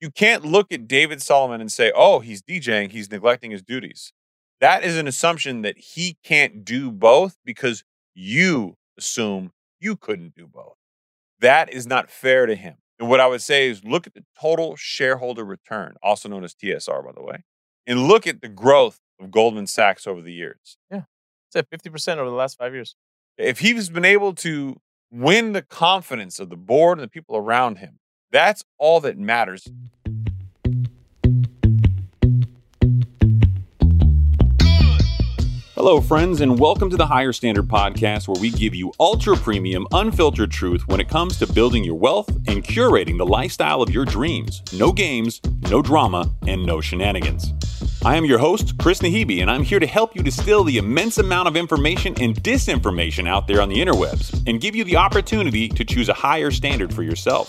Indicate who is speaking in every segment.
Speaker 1: you can't look at David Solomon and say, oh, he's DJing, he's neglecting his duties. That is an assumption that he can't do both because you assume you couldn't do both. That is not fair to him. And what I would say is look at the total shareholder return, also known as TSR, by the way, and look at the growth of Goldman Sachs over the years.
Speaker 2: It's at fifty percent over the last five years.
Speaker 1: If he's been able to win the confidence of the board and the people around him, that's all that matters. Hello, friends, and welcome to the Higher Standard Podcast, where we give you ultra premium, unfiltered truth when it comes to building your wealth and curating the lifestyle of your dreams. No games, no drama, and no shenanigans. I am your host, Chris Nahibi, and I'm here to help you distill the immense amount of information and disinformation out there on the interwebs and give you the opportunity to choose a higher standard for yourself.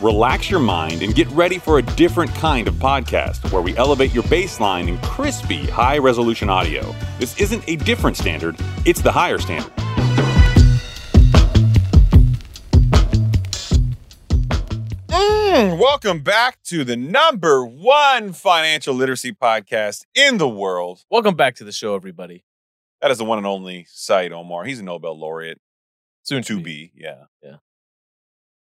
Speaker 1: Relax your mind and get ready for a different kind of podcast where we elevate your baseline in crispy, high resolution audio. This isn't a different standard, it's the higher standard. Mm, welcome back to the number one financial literacy podcast in the world.
Speaker 2: Welcome back to the show, everybody.
Speaker 1: That is the one and only Said Omar. He's a Nobel laureate,
Speaker 2: Soon
Speaker 1: to be, yeah.
Speaker 2: Yeah.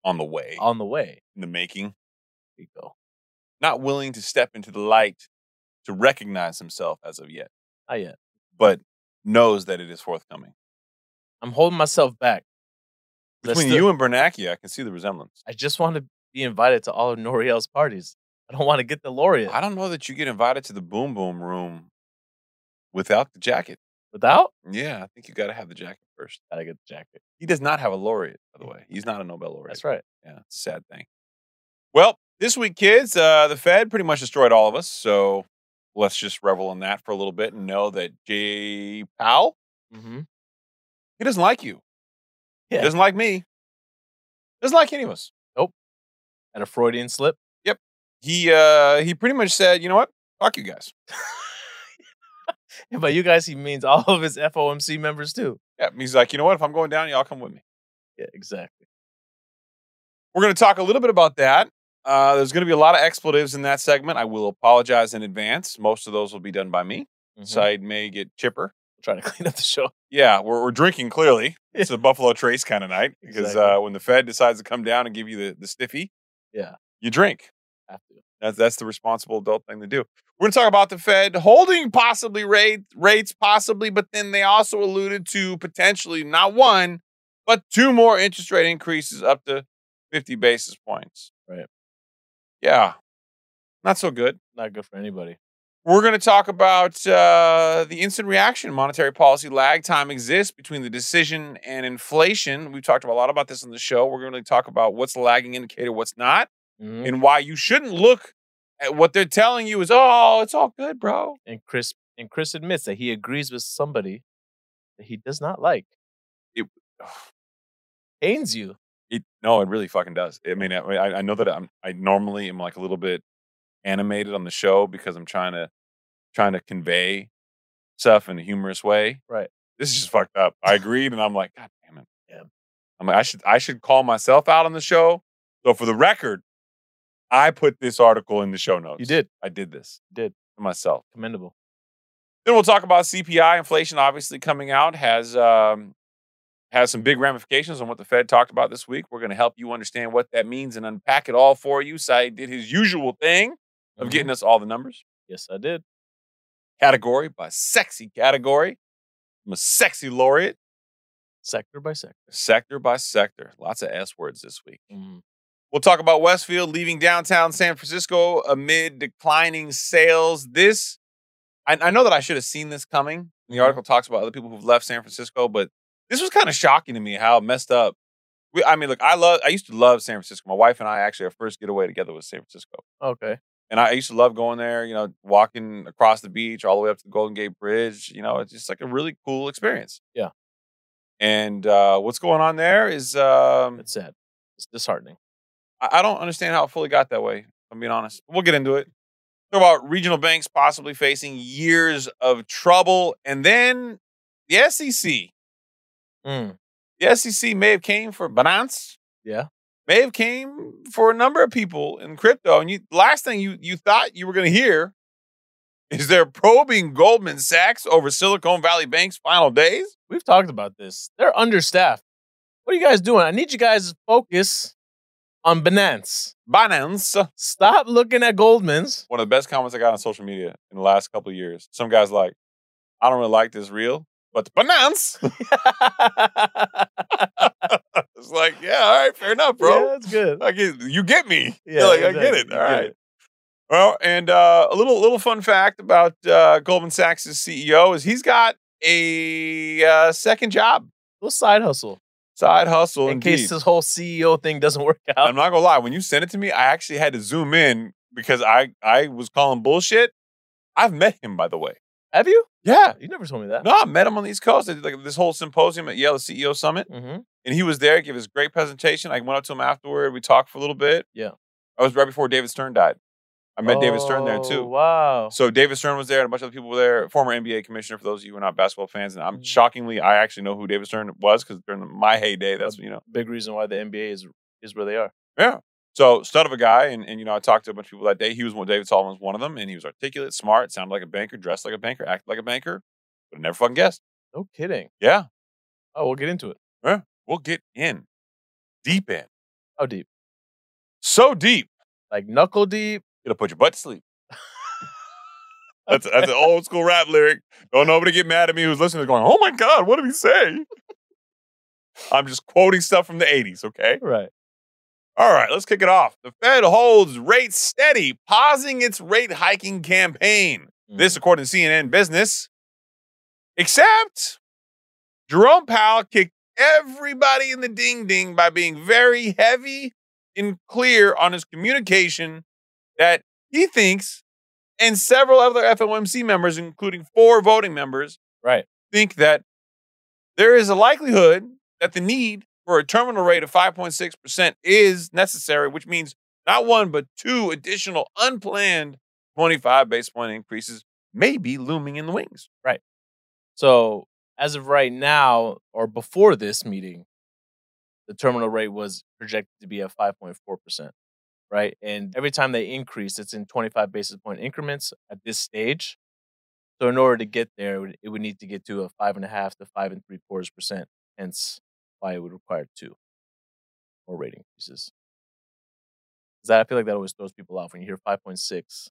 Speaker 1: On the way,
Speaker 2: on the way.
Speaker 1: in the making.
Speaker 2: There you go.
Speaker 1: not willing to step into the light to recognize himself as of yet,
Speaker 2: Not yet.
Speaker 1: but knows that it is forthcoming.
Speaker 2: I'm holding myself back. Let's
Speaker 1: Between
Speaker 2: do-
Speaker 1: you and Bernanke, I can see the resemblance.
Speaker 2: I just want to be invited to all of Noriel's parties. I don't want to get the laureate
Speaker 1: I don't know that you get invited to the boom boom room without the jacket.
Speaker 2: without.
Speaker 1: Yeah, I think you got to have the jacket first.
Speaker 2: Gotta get the jacket.
Speaker 1: He does not have a laureate, by the way. He's not a Nobel laureate.
Speaker 2: That's right.
Speaker 1: Yeah, it's a sad thing. Well, this week, kids, uh, the Fed pretty much destroyed all of us. So let's just revel in that for a little bit and know that Jay Powell,
Speaker 2: Mm-hmm.
Speaker 1: he doesn't like you.
Speaker 2: Yeah.
Speaker 1: Doesn't like me. Doesn't like any of us.
Speaker 2: And a Freudian slip.
Speaker 1: he uh he pretty much said, you know what? Fuck you guys.
Speaker 2: And by you guys, he means all of his FOMC members too.
Speaker 1: Yeah, he's like, you know what? If I'm going down, y'all come with me.
Speaker 2: Yeah, exactly.
Speaker 1: We're gonna talk a little bit about that. Uh, there's gonna be a lot of expletives in that segment. I will apologize in advance. Most of those will be done by me.
Speaker 2: So I'm
Speaker 1: Side may get chipper.
Speaker 2: trying Mm-hmm. to clean up the show.
Speaker 1: Yeah, we're, we're drinking clearly. It's a Buffalo Trace kind of night because
Speaker 2: Exactly.
Speaker 1: uh, when the Fed decides to come down and give you the, the stiffy,
Speaker 2: Yeah.
Speaker 1: you drink.
Speaker 2: Have to.
Speaker 1: That's that's the responsible adult thing to do. We're going to talk about the Fed holding possibly rate rates possibly, but then they also alluded to potentially not one, but two more interest rate increases up to 50 basis points.
Speaker 2: Right.
Speaker 1: Yeah. Not so good.
Speaker 2: Not good for anybody.
Speaker 1: We're going to talk about uh, the instant reaction monetary policy lag time exists between the decision and inflation. We've talked a lot about this on the show. We're going to talk about what's the lagging indicator, what's not
Speaker 2: Mhm.
Speaker 1: and why you shouldn't look at what they're telling you is oh it's all good bro
Speaker 2: And Chris and Chris admits that he agrees with somebody that he does not like.
Speaker 1: It-
Speaker 2: pains you.
Speaker 1: it no it really fucking does i mean i, I I know that i'm i normally am like a little bit animated on the show because i'm trying to trying to convey stuff in a humorous way
Speaker 2: Right.
Speaker 1: this is just fucked up i agreed and i'm like god damn it
Speaker 2: Yeah.
Speaker 1: i'm like i should i should call myself out on the show so for the record i put this article in the show notes
Speaker 2: You did.
Speaker 1: i did this
Speaker 2: You did.
Speaker 1: to myself
Speaker 2: Commendable.
Speaker 1: Then we'll talk about CPI inflation. Obviously, coming out has um, has some big ramifications on what the Fed talked about this week. We're going to help you understand what that means and unpack it all for you. Saeed did his usual thing of
Speaker 2: Mhm.
Speaker 1: getting us all the numbers,
Speaker 2: Yes, I did.
Speaker 1: category by sexy category. I'm a sexy laureate,
Speaker 2: Sector by sector.
Speaker 1: sector by sector. Lots of S words this week.
Speaker 2: Mhm.
Speaker 1: We'll talk about Westfield leaving downtown San Francisco amid declining sales. This, I, I know that I should have seen this coming. The
Speaker 2: Mhm.
Speaker 1: article talks about other people who've left San Francisco, but this was kind of shocking to me how messed up We, I mean, look, I love. I used to love San Francisco. My wife and I actually our first getaway together was San Francisco,
Speaker 2: Okay.
Speaker 1: and I used to love going there. You know, walking across the beach all the way up to the Golden Gate Bridge. You know, it's just like a really cool experience.
Speaker 2: Yeah.
Speaker 1: And uh, what's going on there is um,
Speaker 2: It's sad. It's disheartening.
Speaker 1: I, I don't understand how it fully got that way. If I'm being honest. We'll get into it. Talk about regional banks possibly facing years of trouble, and then the SEC.
Speaker 2: Mm.
Speaker 1: the SEC may have came for Binance.
Speaker 2: Yeah.
Speaker 1: May have came for a number of people in crypto. And you last thing you you thought you were gonna hear is they're probing Goldman Sachs over Silicon Valley Bank's final days.
Speaker 2: We've talked about this. They're understaffed. What are you guys doing? I need you guys to focus on Binance.
Speaker 1: Binance.
Speaker 2: Stop looking at Goldman's.
Speaker 1: One of the best comments I got on social media in the last couple of years. Some guy's like, I don't really like this real, but the Binance. it's like, yeah, all right, fair enough, bro.
Speaker 2: Yeah, that's good.
Speaker 1: I get you get me.
Speaker 2: Yeah,
Speaker 1: Yeah, like, I get
Speaker 2: exactly.
Speaker 1: it.
Speaker 2: You
Speaker 1: All
Speaker 2: get
Speaker 1: right.
Speaker 2: it.
Speaker 1: Well, and uh, a little little fun fact about uh, Goldman Sachs' CEO is he's got a uh, second job,
Speaker 2: Little side hustle
Speaker 1: side hustle.
Speaker 2: in
Speaker 1: indeed.
Speaker 2: case this whole CEO thing doesn't work
Speaker 1: I'm
Speaker 2: out.
Speaker 1: not gonna lie. When you sent it to me, I actually had to zoom in because I I was calling bullshit. I've met him, by the way.
Speaker 2: Have you?
Speaker 1: Yeah.
Speaker 2: You never told me that.
Speaker 1: No, I met him on the East Coast. I did like this whole symposium at Yale CEO Summit.
Speaker 2: Mm-hmm.
Speaker 1: and he was there, gave his great presentation. I went up to him afterward. We talked for a little bit.
Speaker 2: Yeah.
Speaker 1: I was right before David Stern died. I met David Stern there too.
Speaker 2: Oh, Wow.
Speaker 1: So David Stern was there, and a bunch of other people were there. Former NBA commissioner, for those of you who are not basketball fans, and I'm
Speaker 2: Mhm.
Speaker 1: shockingly, I actually know who David Stern was because during my heyday,
Speaker 2: Mm.
Speaker 1: that's you know,
Speaker 2: Big reason why the NBA is is where they are.
Speaker 1: yeah. So stud of a guy, and, and you know, I talked to a bunch of people that day. He was one. David Solomon was one of them, and he was articulate, smart, sounded like a banker, dressed like a banker, acted like a banker, but I never fucking guessed.
Speaker 2: No kidding.
Speaker 1: Yeah,
Speaker 2: Oh, we'll get into it.
Speaker 1: we'll get in deep in,
Speaker 2: How deep?
Speaker 1: so deep
Speaker 2: Like knuckle deep.
Speaker 1: it'll put your butt to sleep. That's, that's an old school rap lyric. Don't nobody get mad at me who's listening going, oh my God, what did he say? I'm just quoting stuff from the 80s, okay?
Speaker 2: Right.
Speaker 1: All right, let's kick it off. The Fed holds rates steady, pausing its rate hiking campaign. This, according to CNN Business. Except Jerome Powell kicked everybody in the ding ding by being very heavy and clear on his communication that he thinks, and several other FOMC members, including four voting members,
Speaker 2: Right.
Speaker 1: think that there is a likelihood that the need for a terminal rate of 5.6% is necessary, which means not one, but two additional unplanned 25 base point increases may be looming in the wings.
Speaker 2: So as of right now, or before this meeting, the terminal rate was projected to be at five point four percent. Right. And every time they increase, it's in twenty five basis point increments at this stage. So in order to get there, it would, it would need to get to a five and a half to five and three quarters percent. Hence why it would require two more rate increases. 'Cause That I feel like that always throws people off when you hear five point six.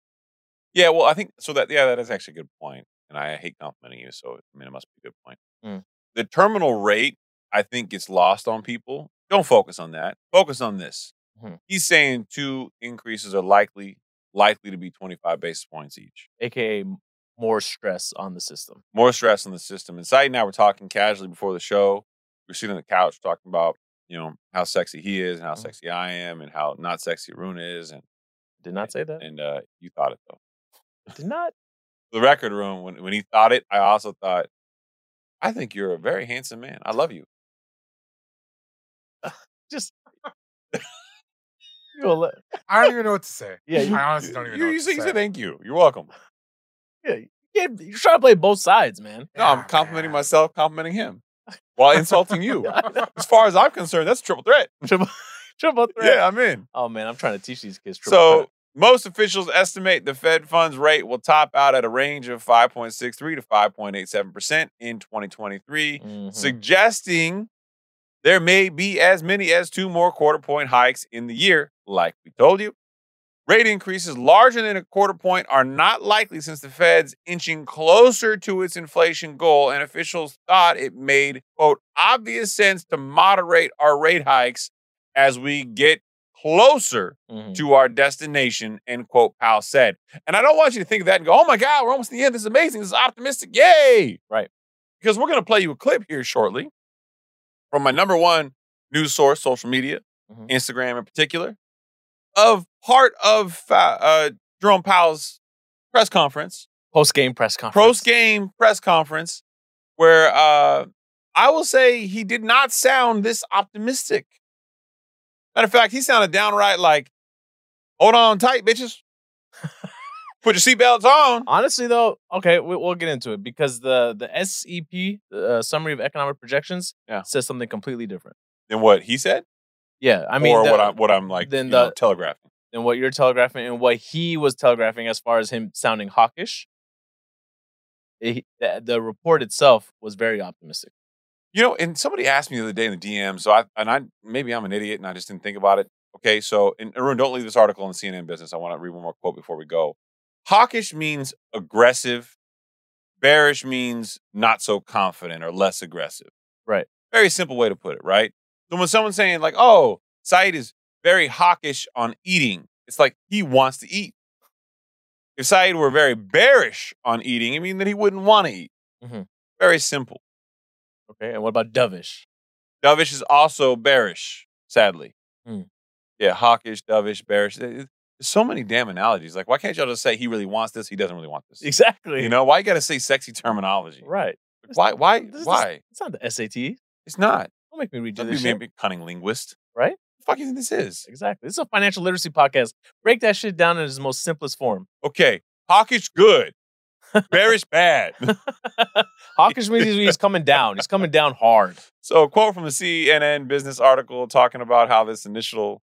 Speaker 1: Yeah, well, I think so. That yeah, that is actually a good point, and I hate complimenting you, so I mean, it must be a good point.
Speaker 2: Mm.
Speaker 1: The terminal rate, I think, gets lost on people. Don't focus on that. Focus on this.
Speaker 2: Mhm.
Speaker 1: He's saying two increases are likely likely to be 25 basis points each.
Speaker 2: aka m- more stress on the system.
Speaker 1: More stress on the system. And Saeed and I were talking casually before the show. We were sitting on the couch talking about, you know, how sexy he is and how
Speaker 3: Mm.
Speaker 2: Mhm.
Speaker 1: sexy I am and how not sexy Rune is. And
Speaker 2: Did not say that.
Speaker 1: and uh, you thought it though.
Speaker 2: Did not.
Speaker 1: the record room when, when he thought it i also thought i think you're a very handsome man i love you
Speaker 2: Just. You gonna let-
Speaker 3: I don't even know what to say.
Speaker 2: Yeah, you-
Speaker 3: I honestly don't even
Speaker 1: you,
Speaker 3: know.
Speaker 1: you
Speaker 3: what
Speaker 1: said-
Speaker 3: to
Speaker 1: you
Speaker 3: say.
Speaker 1: said thank you you're welcome
Speaker 2: yeah, you can't- you're trying to play both sides, man.
Speaker 1: no
Speaker 3: Yeah,
Speaker 1: i'm complimenting
Speaker 3: man.
Speaker 1: myself complimenting him while insulting you as far as i'm concerned that's a triple threat
Speaker 2: Triple, triple threat.
Speaker 1: yeah i'm in
Speaker 2: Oh man, I'm trying to teach these kids. Triple
Speaker 1: so
Speaker 2: threat.
Speaker 1: most officials estimate the fed funds rate will top out at a range of 5.63 to 5.87% in 2023
Speaker 2: Mhm.
Speaker 1: suggesting there may be as many as two more quarter point hikes in the year, like we told you. Rate increases larger than a quarter point are not likely since the Fed's inching closer to its inflation goal, and officials thought it made, quote, obvious sense to moderate our rate hikes as we get closer
Speaker 2: Mhm.
Speaker 1: to our destination, end quote, Powell said. And I don't want you to think of that and go, oh my God, we're almost at the end. This is amazing. This is optimistic. Yay.
Speaker 2: Right.
Speaker 1: Because we're going to play you a clip here shortly from my number one news source, social media,
Speaker 2: Mhm.
Speaker 1: Instagram in particular, of part of uh, uh, Jerome Powell's press conference,
Speaker 2: Post game press conference.
Speaker 1: post game press conference, where uh, I will say he did not sound this optimistic. Matter of fact, he sounded downright like, "Hold on tight, bitches. Put your seatbelts on."
Speaker 2: Honestly, though, okay, we, we'll get into it because the the SEP, the uh, Summary of Economic Projections,
Speaker 1: Yeah.
Speaker 2: says something completely different.
Speaker 1: Than what he said,
Speaker 2: Yeah, I mean,
Speaker 1: or
Speaker 2: the-
Speaker 1: what I'm what I'm like
Speaker 2: then
Speaker 1: you know,
Speaker 2: the-
Speaker 1: telegraphing.
Speaker 2: than what you're telegraphing and what he was telegraphing as far as him sounding hawkish. He- the, the report itself was very optimistic.
Speaker 1: You know, and somebody asked me the other day in the DM, so I and I maybe I'm an idiot and I just didn't think about it. Okay, so and Arun, don't leave this article in CNN Business. I want to read one more quote before we go. Hawkish means aggressive. Bearish means not so confident or less aggressive.
Speaker 2: Right.
Speaker 1: Very simple way to put it, right? So when someone's saying like, "Oh, Said is very hawkish on eating," it's like he wants to eat. If Said were very bearish on eating, it mean that he wouldn't want to eat.
Speaker 2: Mhm.
Speaker 1: Very simple.
Speaker 2: Okay, and what about dovish?
Speaker 1: Dovish is also bearish, sadly.
Speaker 2: Hmm.
Speaker 1: Yeah, hawkish, dovish, bearish. There- There's so many damn analogies. Like, why can't y'all just say he really wants this? He doesn't really want this.
Speaker 2: Exactly.
Speaker 1: You know, why you got to say sexy terminology?
Speaker 2: right?
Speaker 1: Why? Why?
Speaker 2: This is-
Speaker 1: why?
Speaker 2: It's not the SAT.
Speaker 1: It's not.
Speaker 2: Don't make me redo
Speaker 1: Don't be
Speaker 2: this shit.
Speaker 1: maybe a cunning linguist,
Speaker 2: Right?
Speaker 1: The fuck you think this is?
Speaker 2: Exactly. This is a financial literacy podcast. Break that shit down in its most simplest form.
Speaker 1: Okay, hawkish good, bearish bad.
Speaker 2: Hawkish means he's- he's coming down. He's coming down hard.
Speaker 1: So, a quote from the CNN business article talking about how this initial,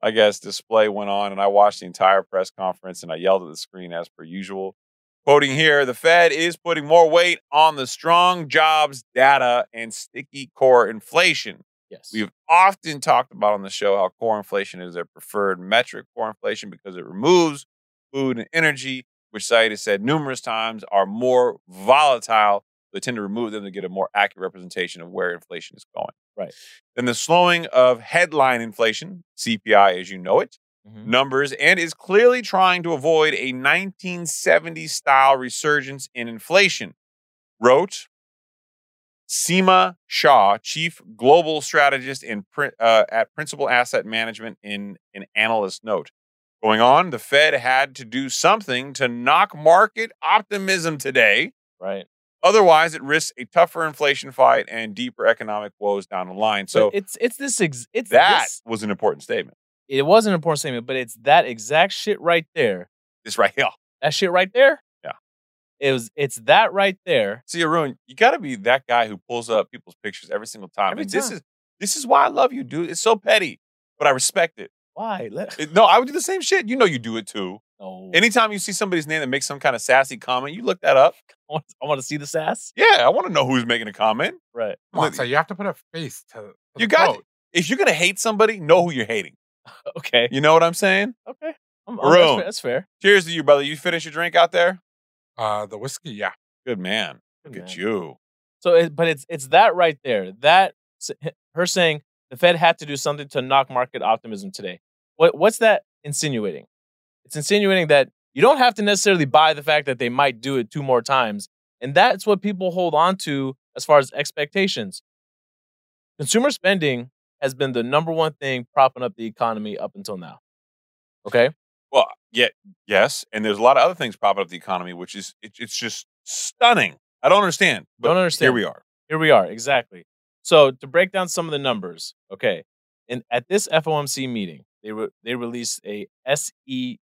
Speaker 1: I guess, display went on. And I watched the entire press conference and I yelled at the screen as per usual. Quoting here The Fed is putting more weight on the strong jobs data and sticky core inflation.
Speaker 2: Yes.
Speaker 1: We've often talked about on the show how core inflation is their preferred metric, core inflation, because it removes food and energy, which Said has said numerous times are more volatile. They tend to remove them to get a more accurate representation of where inflation is going.
Speaker 2: Right.
Speaker 1: Then the slowing of headline inflation, CPI as you know it,
Speaker 2: Mhm.
Speaker 1: numbers, and is clearly trying to avoid a 1970 style resurgence in inflation, wrote Seema Shah, chief global strategist in, Prin- uh, at Principal Asset Management, in an analyst note. Going on, the Fed had to do something to knock market optimism today.
Speaker 2: Right.
Speaker 1: Otherwise, it risks a tougher inflation fight and deeper economic woes down the line. So
Speaker 2: But it's it's this ex- it's
Speaker 1: that
Speaker 2: this-
Speaker 1: was an important statement.
Speaker 2: it was an important statement, but it's that exact shit right there
Speaker 1: This right here.
Speaker 2: that shit right there.
Speaker 1: Yeah.
Speaker 2: It was it's that right there.
Speaker 1: See, Arun, you got to be that guy who pulls up people's pictures every single time.
Speaker 2: Every
Speaker 1: and this
Speaker 2: time.
Speaker 1: is this is why I love you, dude. It's so petty, but I respect it.
Speaker 2: Why? Let,
Speaker 1: It- No, I would do the same shit. You know, you do it too.
Speaker 2: no.
Speaker 1: Anytime you see somebody's name that makes some kind of sassy comment, you look that up.
Speaker 2: I want, I want to see the sass.
Speaker 1: Yeah, I want to know who's making a comment.
Speaker 2: Right.
Speaker 3: Come on, so you have to put a face to. to
Speaker 1: You
Speaker 3: the
Speaker 1: got
Speaker 3: vote.
Speaker 1: If you're gonna hate somebody, know who you're hating.
Speaker 2: Okay.
Speaker 1: You know what I'm saying?
Speaker 2: Okay. I'm, I'm, that's,
Speaker 1: Maroon.
Speaker 2: fair, that's fair.
Speaker 1: Cheers to you, brother. You finish your drink out there.
Speaker 3: uh, the whiskey. Yeah,
Speaker 1: Good man. Look
Speaker 2: Good
Speaker 1: at
Speaker 2: man.
Speaker 1: you.
Speaker 2: So, it, but it's it's that right there. That s- her saying the Fed had to do something to knock market optimism today. What what's that insinuating? It's insinuating that you don't have to necessarily buy the fact that they might do it two more times, and that's what people hold on to as far as expectations. Consumer spending has been the number one thing propping up the economy up until now. Okay.
Speaker 1: Well, yeah, yes, and there's a lot of other things popping up the economy, which is it, it's just stunning. I don't understand. But
Speaker 2: Don't understand.
Speaker 1: Here we are.
Speaker 2: Here we are, exactly. So to break down some of the numbers, okay, and at this FOMC meeting, they re- they released a SEP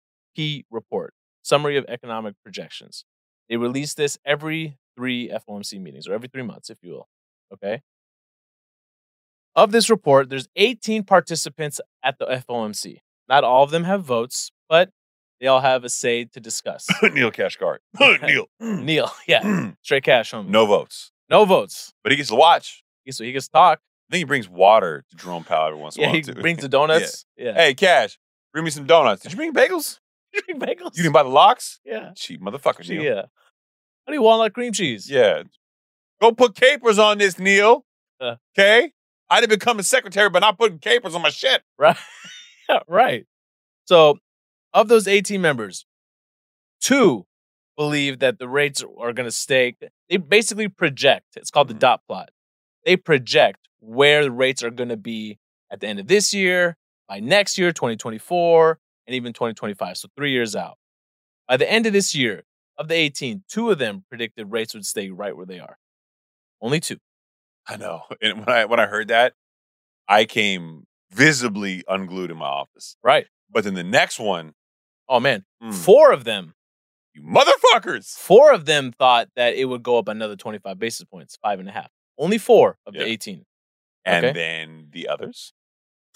Speaker 2: report, summary of economic projections. They release this every three FOMC meetings, or every three months, if you will. Okay. Of this report, there's 18 participants at the FOMC. Not all of them have votes, but they all have a say to discuss.
Speaker 1: Neil Kashkari. Neil. Hmm.
Speaker 2: Neil, yeah, straight cash, homie.
Speaker 1: no votes,
Speaker 2: no votes.
Speaker 1: but he gets to watch.
Speaker 2: So he gets talk.
Speaker 1: I think he brings water to Jerome Powell every once in a
Speaker 2: Yeah,
Speaker 1: while.
Speaker 2: he
Speaker 1: too.
Speaker 2: brings the donuts. Yeah.
Speaker 1: hey, Cash, bring me some donuts. Did you bring bagels?
Speaker 2: Drink bagels.
Speaker 1: You didn't buy the locks?
Speaker 2: yeah.
Speaker 1: Cheap motherfucker,
Speaker 2: Gee,
Speaker 1: Neil.
Speaker 2: yeah. I need walnut cream cheese.
Speaker 1: Yeah. Go put capers on this, Neil.
Speaker 2: Uh.
Speaker 1: Okay? I'd have become a secretary, but not putting capers on my shit.
Speaker 2: Right. Yeah, right. So, of those 18 members, two believe that the rates are going to stay. They basically project. It's called the
Speaker 1: Mhm.
Speaker 2: dot plot. They project where the rates are going to be at the end of this year, by next year, 2024, and even 2025. So three years out. By the end of this year, of the 18, two of them predicted rates would stay right where they are. Only two.
Speaker 1: I know. And when I when I heard that, I came visibly unglued in my office.
Speaker 2: Right.
Speaker 1: But then the next one,
Speaker 2: Oh, man.
Speaker 1: mm,
Speaker 2: Four of them,
Speaker 1: you motherfuckers.
Speaker 2: four of them thought that it would go up another 25 basis points, five and a half. Only four of
Speaker 1: Yeah.
Speaker 2: the 18.
Speaker 1: And
Speaker 2: Okay.
Speaker 1: then the others.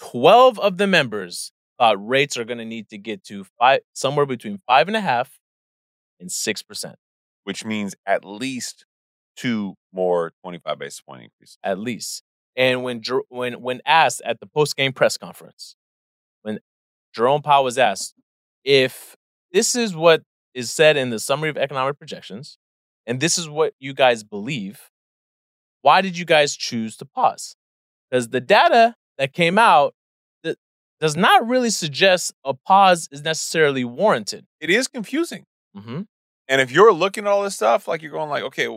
Speaker 2: 12 of the members thought rates are going to need to get to five, somewhere between five and a half and 6%,
Speaker 1: which means at least two more 25 basis point increases.
Speaker 2: at least. And when, Jer- when, when asked at the post game press conference, when Jerome Powell was asked if this is what is said in the summary of economic projections and this is what you guys believe, why did you guys choose to pause? Because the data that came out that does not really suggest a pause is necessarily warranted.
Speaker 1: It is confusing.
Speaker 2: Mm-hmm.
Speaker 1: And if you're looking at all this stuff, like you're going like, okay,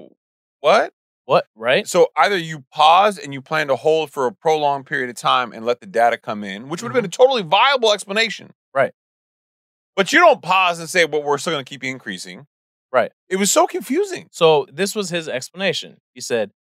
Speaker 1: what?
Speaker 2: What? Right?
Speaker 1: So either you pause and you plan to hold for a prolonged period of time and let the data come in, which would have been a totally viable explanation.
Speaker 2: Mm-hmm. Right.
Speaker 1: But you don't pause and say, well, we're still going to keep increasing.
Speaker 2: Right.
Speaker 1: It was so confusing.
Speaker 2: So this was his explanation. He said,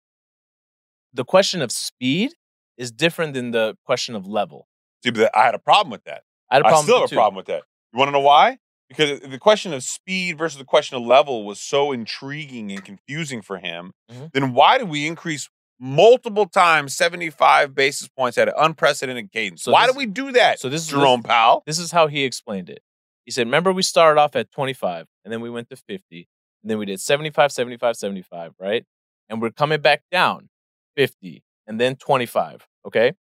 Speaker 2: the question of speed is different than the question of level.
Speaker 1: See, but I had a problem with that.
Speaker 2: I had a
Speaker 1: I
Speaker 2: problem
Speaker 1: still have
Speaker 2: with the
Speaker 1: a
Speaker 2: two.
Speaker 1: problem with that. You want to know why? Because the question of speed versus the question of level was so intriguing and confusing for him.
Speaker 2: Mhm.
Speaker 1: Then why did we increase multiple times 75 basis points at an unprecedented cadence?
Speaker 2: So
Speaker 1: why
Speaker 2: this-
Speaker 1: did we do that,
Speaker 2: So this is
Speaker 1: Jerome Powell?
Speaker 2: This is how he explained it. He said, remember we started off at 25 and then we went to 50 and then we did 75, 75, 75, right? And we're coming back down 50 and then 25, okay?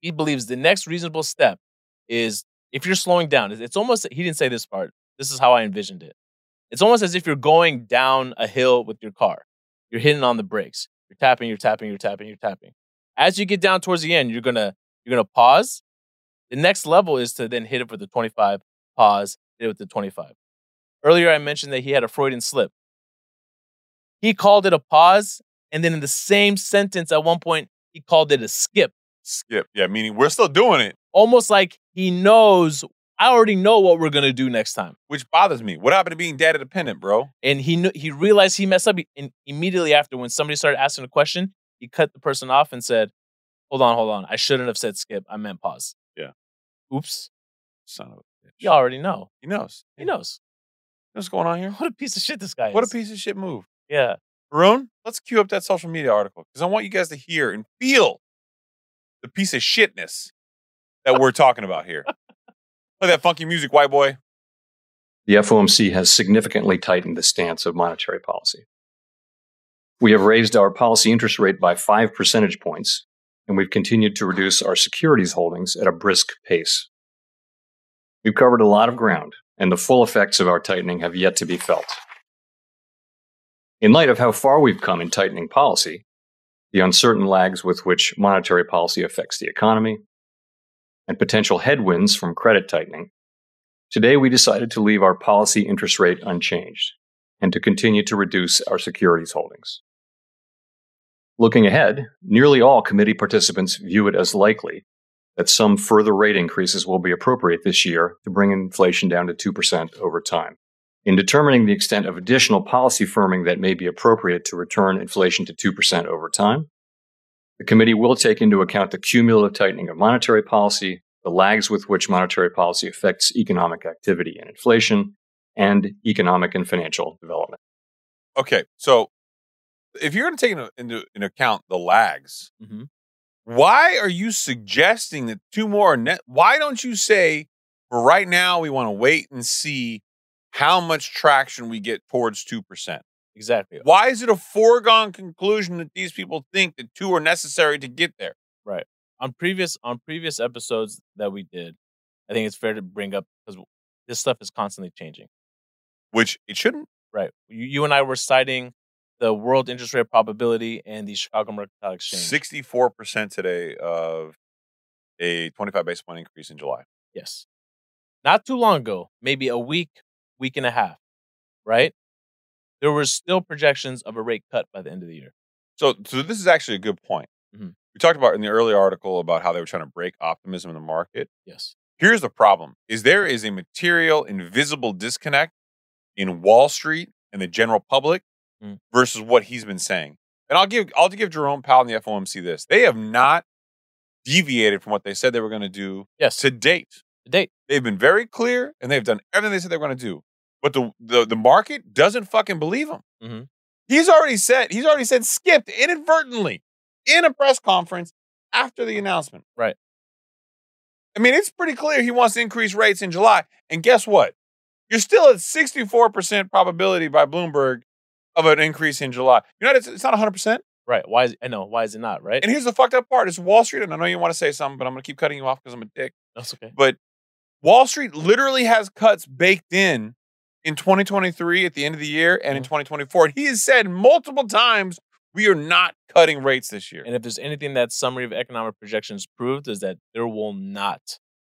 Speaker 2: He believes the next reasonable step is if you're slowing down, it's- it's almost, he didn't say this part. This is how I envisioned it. It's almost as if you're going down a hill with your car. You're hitting on the brakes. You're tapping, you're tapping, you're tapping, you're tapping. As you get down towards the end, you're gonna you're gonna pause the next level is to then hit it with the 25, pause, hit it with the 25. Earlier, I mentioned that he had a Freudian slip. He called it a pause. And then in the same sentence, at one point, he called it a skip,
Speaker 1: Skip. Yeah, meaning we're still doing it,
Speaker 2: almost like he knows, I already know what we're going to do next time.
Speaker 1: which bothers me. What happened to being data dependent, bro?
Speaker 2: And he, knew, he realized he messed up. And immediately after, when somebody started asking a question, he cut the person off and said, Hold on, hold on. I shouldn't have said skip. I meant pause.
Speaker 1: Yeah.
Speaker 2: Oops.
Speaker 1: Son of a bitch.
Speaker 2: You already know.
Speaker 1: He knows.
Speaker 2: He knows.
Speaker 1: What's going on here?
Speaker 2: What a piece of shit this guy
Speaker 1: What a
Speaker 2: is.
Speaker 1: piece of shit move.
Speaker 2: Yeah.
Speaker 1: Varun, let's queue up that social media article because I want you guys to hear and feel the piece of shitness that we're talking about here. Play that funky music, white boy.
Speaker 4: the FOMC has significantly tightened the stance of monetary policy. We have raised our policy interest rate by five percentage points, and we've continued to reduce our securities holdings at a brisk pace. We've covered a lot of ground, and the full effects of our tightening have yet to be felt. In light of how far we've come in tightening policy, the uncertain lags with which monetary policy affects the economy, and potential headwinds from credit tightening, Today, we decided to leave our policy interest rate unchanged and to continue to reduce our securities holdings. Looking ahead, nearly all committee participants view it as likely that some further rate increases will be appropriate this year to bring inflation down to 2% over time. In determining the extent of additional policy firming that may be appropriate to return inflation to 2% over time, the committee will take into account the cumulative tightening of monetary policy, the lags with which monetary policy affects economic activity and inflation, and economic and financial development.
Speaker 1: Okay, so if you're going to take into, into, into account the lags,
Speaker 2: Mm-hmm.
Speaker 1: why are you suggesting that two more are net? Why don't you say, for right now, we want to wait and see how much traction we get towards 2%?
Speaker 2: Exactly.
Speaker 1: Why is it a foregone conclusion that these people think that two are necessary to get there?
Speaker 2: On previous on previous episodes that we did, I think it's fair to bring up because this stuff is constantly changing.
Speaker 1: Which it shouldn't.
Speaker 2: Right. You, you and I were citing the world interest rate probability and the Chicago Mercantile Exchange.
Speaker 1: Sixty-four percent today of a twenty-five basis point increase in July.
Speaker 2: Yes. Not too long ago, maybe a week, week and a half, right? There were still projections of a rate cut by the end of the year.
Speaker 1: So, so this is actually a good point.
Speaker 2: Mhm.
Speaker 1: We talked about in the earlier article about how they were trying to break optimism in the market.
Speaker 2: Yes.
Speaker 1: Here's the problem is there is a material invisible disconnect in Wall Street and the general public
Speaker 2: Mm.
Speaker 1: versus what he's been saying. And I'll give I'll give Jerome Powell and the FOMC this. They have not deviated from what they said they were going to do
Speaker 2: Yes.
Speaker 1: to date.
Speaker 2: The date.
Speaker 1: They've been very clear and they've done everything they said they were going to do. But the, the the market doesn't fucking believe him.
Speaker 2: Mhm.
Speaker 1: He's already said he's already said skipped inadvertently in a press conference after the announcement.
Speaker 2: Right.
Speaker 1: I mean, it's pretty clear he wants to increase rates in July. And guess what? You're still at 64% probability by Bloomberg of an increase in July. You know, it's, it's not 100%.
Speaker 2: Right. Why is I know. Why is it not? Right.
Speaker 1: And here's the fucked up part. It's Wall Street, and I know you want to say something, but I'm going to keep cutting you off because I'm a dick.
Speaker 2: That's okay.
Speaker 1: But Wall Street literally has cuts baked in in 2023 at the end of the year and in
Speaker 2: Mhm.
Speaker 1: 2024. And he has said multiple times, we are not cutting rates this year.
Speaker 2: And if there's anything that summary of economic projections proved is that there will not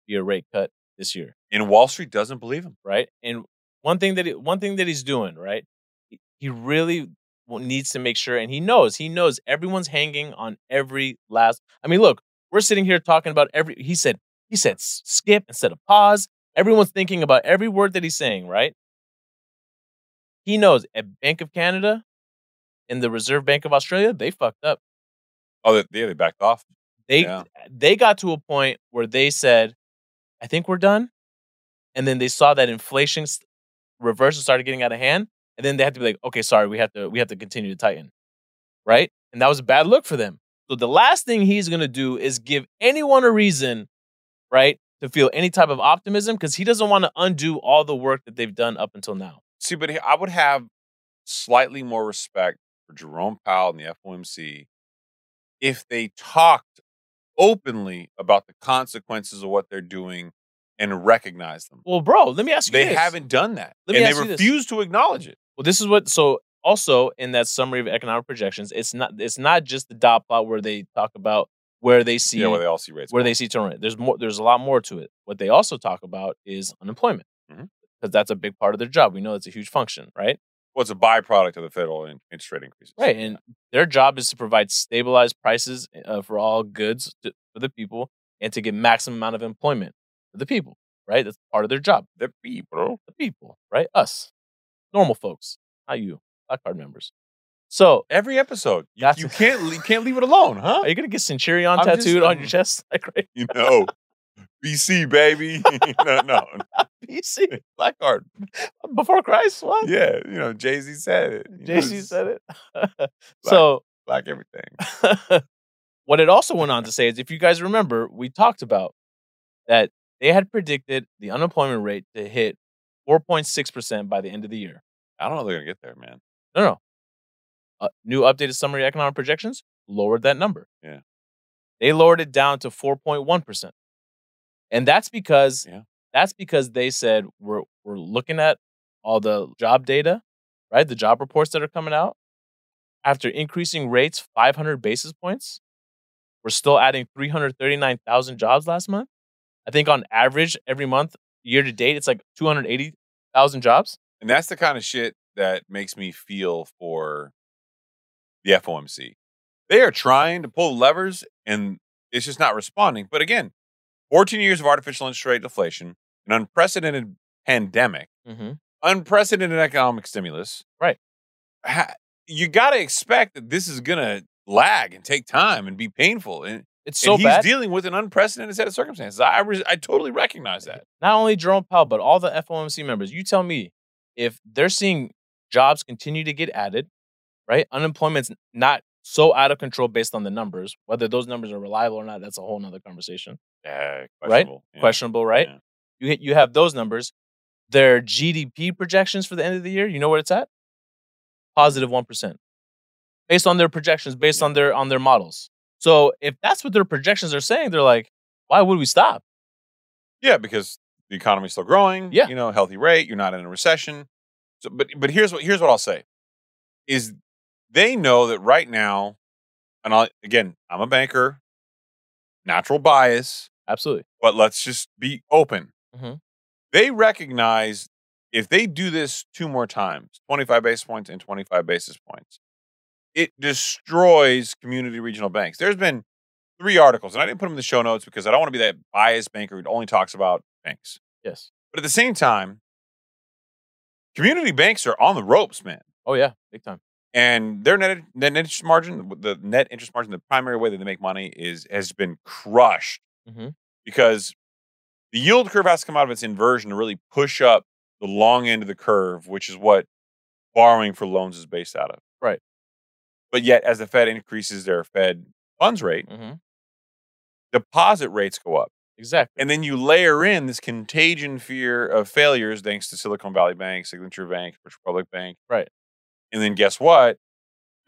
Speaker 2: be a rate cut this year,
Speaker 1: And Wall Street doesn't believe him.
Speaker 2: right? And one thing that he, one thing that he's doing, right? he- He really wa- needs to make sure, and he knows, he knows everyone's hanging on every last. I mean, look, we're sitting here talking about every. He said, he said s- skip instead of pause. Everyone's thinking about every word that he's saying, right? He knows at Bank of Canada and the Reserve Bank of Australia, they fucked up
Speaker 1: Oh, they- yeah, they backed off.
Speaker 2: they
Speaker 1: Yeah.
Speaker 2: they got to a point where they said, "I think we're done," and then they saw that inflation s- reversed and started getting out of hand, and then they had to be like, "Okay, sorry, we have to we have to continue to tighten," right? And that was a bad look for them. So the last thing he's going to do is give anyone a reason, right, to feel any type of optimism because he doesn't want to undo all the work that they've done up until now.
Speaker 1: See, but I would have slightly more respect for Jerome Powell and the FOMC if they talked openly about the consequences of what they're doing and recognize them.
Speaker 2: Well, bro, let me ask you.
Speaker 1: They
Speaker 2: this.
Speaker 1: haven't done that.
Speaker 2: Let me
Speaker 1: and
Speaker 2: ask you
Speaker 1: they
Speaker 2: this.
Speaker 1: refuse to acknowledge it.
Speaker 2: Well, this is what so also in that summary of economic projections, it's not it's not just the dot plot where they talk about where they see
Speaker 1: yeah, where they all see rates.
Speaker 2: where
Speaker 1: going.
Speaker 2: they see turnaround. There's more. There's a lot more to it. What they also talk about is unemployment because
Speaker 1: Mhm.
Speaker 2: that's a big part of their job. We know it's a huge function, right?
Speaker 1: well, it's a byproduct of the federal in- interest rate increases.
Speaker 2: Right, and their job is to provide stabilized prices uh, for all goods to, for the people and to get maximum amount of employment for the people. Right, that's part of their job.
Speaker 1: the people.
Speaker 2: The people, right? Us, normal folks, not you, black card members. So
Speaker 1: Every episode, you,
Speaker 2: That's-
Speaker 1: you can't le- you can't leave it alone, huh?
Speaker 2: Are you gonna get Centurion
Speaker 1: I'm just,
Speaker 2: tattooed on your
Speaker 1: um,
Speaker 2: chest? Like right
Speaker 1: You know, BC baby. no, no,
Speaker 2: PC
Speaker 1: black card.
Speaker 2: before Christ? What?
Speaker 1: Yeah, you know, Jay Z said it. You know,
Speaker 2: JC
Speaker 1: it's
Speaker 2: said it. so
Speaker 1: black everything.
Speaker 2: what it also went on to say is if you guys remember, we talked about that they had predicted the unemployment rate to hit four point six percent by the end of the year.
Speaker 1: I don't know if they're gonna get there, man.
Speaker 2: No, no. Uh, new updated summary economic projections lowered that number.
Speaker 1: Yeah.
Speaker 2: They lowered it down to 4.1%. And that's because
Speaker 1: Yeah.
Speaker 2: that's because they said we're we're looking at all the job data, right? The job reports that are coming out. After increasing rates 500 basis points, we're still adding 339,000 jobs last month. I think on average every month year to date it's like 280,000 jobs.
Speaker 1: And that's the kind of shit that makes me feel for the FOMC. They are trying to pull levers and it's just not responding. But again, 14 years of artificial interest rate deflation, an unprecedented pandemic,
Speaker 2: Mhm.
Speaker 1: unprecedented economic stimulus.
Speaker 2: Right.
Speaker 1: Ha- You got to expect that this is going to lag and take time and be painful. And,
Speaker 2: It's so
Speaker 1: and he's
Speaker 2: bad.
Speaker 1: dealing with an unprecedented set of circumstances. I, re- I totally recognize that.
Speaker 2: not only Jerome Powell, but all the FOMC members, you tell me if they're seeing jobs continue to get added, right? Unemployment's not so out of control based on the numbers, whether those numbers are reliable or not, that's a whole nother conversation. eh,
Speaker 1: Yeah,
Speaker 2: questionable. Questionable, right?
Speaker 1: Yeah.
Speaker 2: You hit, you have those numbers. Their GDP projections for the end of the year, you know where it's at? Positive 1%. Based on their projections, based on their on their models. So if that's what their projections are saying, they're like, why would we stop?
Speaker 1: Yeah, because the economy's still growing.
Speaker 2: Yeah.
Speaker 1: you know, healthy rate. You're not in a recession. So, but but here's what here's what I'll say is they know that right now, and I again, I'm a banker, natural bias,
Speaker 2: Absolutely.
Speaker 1: but let's just be open.
Speaker 2: Mhm.
Speaker 1: They recognize if they do this two more times, 25 basis points and 25 basis points, it destroys community regional banks. There's been three articles, and I didn't put them in the show notes because I don't want to be that biased banker who only talks about banks.
Speaker 2: Yes.
Speaker 1: But at the same time, community banks are on the ropes, man.
Speaker 2: Oh yeah, big time.
Speaker 1: And their net, net interest margin, the net interest margin, the primary way that they make money is has been crushed
Speaker 2: Mhm.
Speaker 1: because the yield curve has to come out of its inversion to really push up the long end of the curve, which is what borrowing for loans is based out of.
Speaker 2: Right.
Speaker 1: But yet, as the Fed increases their Fed funds rate,
Speaker 2: Mm-hmm.
Speaker 1: deposit rates go up.
Speaker 2: Exactly.
Speaker 1: And then you layer in this contagion fear of failures thanks to Silicon Valley Bank, Signature Bank, First Republic Bank.
Speaker 2: Right.
Speaker 1: And then guess what?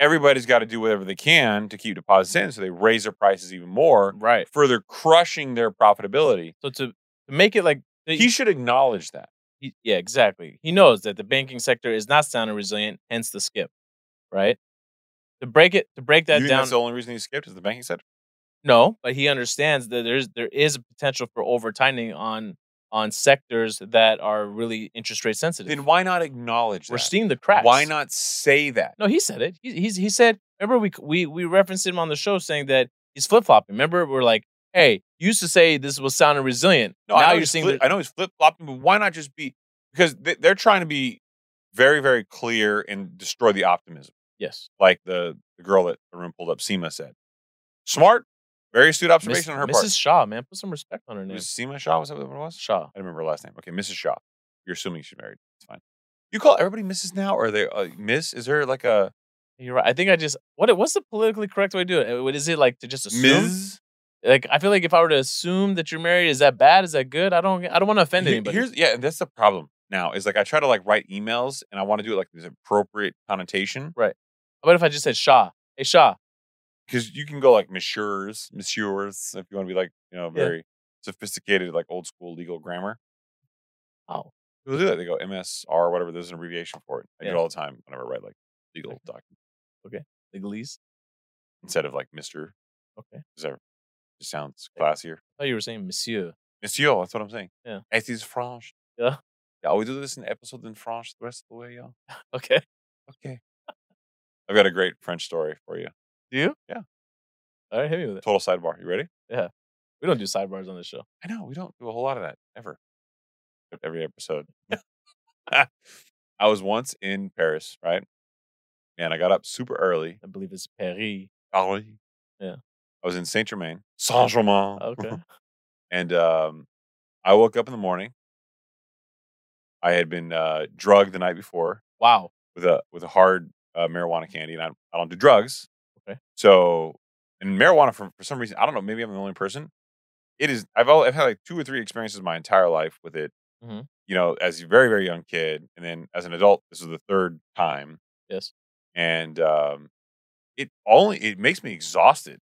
Speaker 1: Everybody's got to do whatever they can to keep deposits in. So they raise their prices even more,
Speaker 2: right.
Speaker 1: further crushing their profitability.
Speaker 2: So to, to make it like the,
Speaker 1: He should acknowledge that.
Speaker 2: he, yeah, exactly. He knows that the banking sector is not sound and resilient, hence the skip, right? To break it, to break
Speaker 1: You
Speaker 2: that
Speaker 1: think
Speaker 2: down.
Speaker 1: that's the only reason he skipped is the banking sector.
Speaker 2: no, but he understands that there's there is a potential for over tightening on on sectors that are really interest rate sensitive.
Speaker 1: Then why not acknowledge
Speaker 2: We're
Speaker 1: that?
Speaker 2: seeing the cracks.
Speaker 1: Why not say that?
Speaker 2: No, he said it. He, he's he said. Remember, we we we referenced him on the show saying that he's flip flopping. Remember, we're like, hey, you used to say this was sound and resilient.
Speaker 1: No, I
Speaker 2: now
Speaker 1: know
Speaker 2: you're
Speaker 1: he's
Speaker 2: seeing.
Speaker 1: flip-
Speaker 2: that-
Speaker 1: I know he's flip flopping, but why not just be? Because they, they're trying to be very, very clear and destroy the optimism,
Speaker 2: yes,
Speaker 1: like the, the girl that the room pulled up, Seema said. Smart, very astute observation
Speaker 2: Miss-
Speaker 1: on her
Speaker 2: Mrs.
Speaker 1: part.
Speaker 2: Shaw, man, put some respect on her
Speaker 1: It
Speaker 2: name.
Speaker 1: was Seema Shaw? Was that what it was? I
Speaker 2: Shaw.
Speaker 1: don't remember her last name. Okay, Mrs. Shaw. You're assuming she's married. It's fine. You call everybody Mrs. now, or are they uh, Miss? Is there like a
Speaker 2: You're right. I think I just what what's the politically correct way to do it? Uh, what Is it like to just assume?
Speaker 1: Ms.?
Speaker 2: Like I feel like if I were to assume that you're married, is that bad? Is that good? I don't I don't want to offend
Speaker 1: Here-
Speaker 2: anybody.
Speaker 1: Here's yeah, and that's the problem now is like I try to like write emails and I want to do it like this appropriate connotation
Speaker 2: How about if I just said Shaw? Hey Shaw.
Speaker 1: because you can go like messieurs, messieurs, if you want to be like you know
Speaker 2: Yeah.
Speaker 1: very sophisticated, like old school legal grammar.
Speaker 2: Oh.
Speaker 1: People do that. They go MSR, whatever. There's an abbreviation for it. I do
Speaker 2: Yeah.
Speaker 1: it all the time whenever I write like legal documents
Speaker 2: Legalese.
Speaker 1: instead of like Mister.
Speaker 2: Okay. I
Speaker 1: Because that just sounds classier.
Speaker 2: thought you were saying Monsieur.
Speaker 1: Monsieur, that's what I'm saying.
Speaker 2: Yeah.
Speaker 1: It is French.
Speaker 2: Yeah.
Speaker 1: Yeah, we do this in episode in French the rest of the way, y'all.
Speaker 2: Okay.
Speaker 1: Okay. I've got a great French story for you.
Speaker 2: Do you?
Speaker 1: Yeah.
Speaker 2: All right, hit me with it.
Speaker 1: Total sidebar. You ready?
Speaker 2: We don't do sidebars on this show.
Speaker 1: I know we don't do a whole lot of that ever. Except every episode. I was once in Paris, right? And I got up super early.
Speaker 2: I believe it's Paris.
Speaker 1: Paris.
Speaker 2: Yeah. Oh.
Speaker 1: I was in Saint Germain. Saint Germain.
Speaker 2: Okay.
Speaker 1: And um, I woke up in the morning. I had been uh, drugged the night before
Speaker 2: wow.
Speaker 1: with a with a hard uh, marijuana candy, and I, I don't do drugs.
Speaker 2: Mm-hmm. Okay.
Speaker 1: So, and marijuana for for some reason I don't know. Maybe I'm the only person. It is. I've al- I've had like two or three experiences my entire life with it.
Speaker 2: Mhm.
Speaker 1: You know, as a very very young kid, and then as an adult, this is the third time,
Speaker 2: Yes.
Speaker 1: and um, it only it makes me exhausted.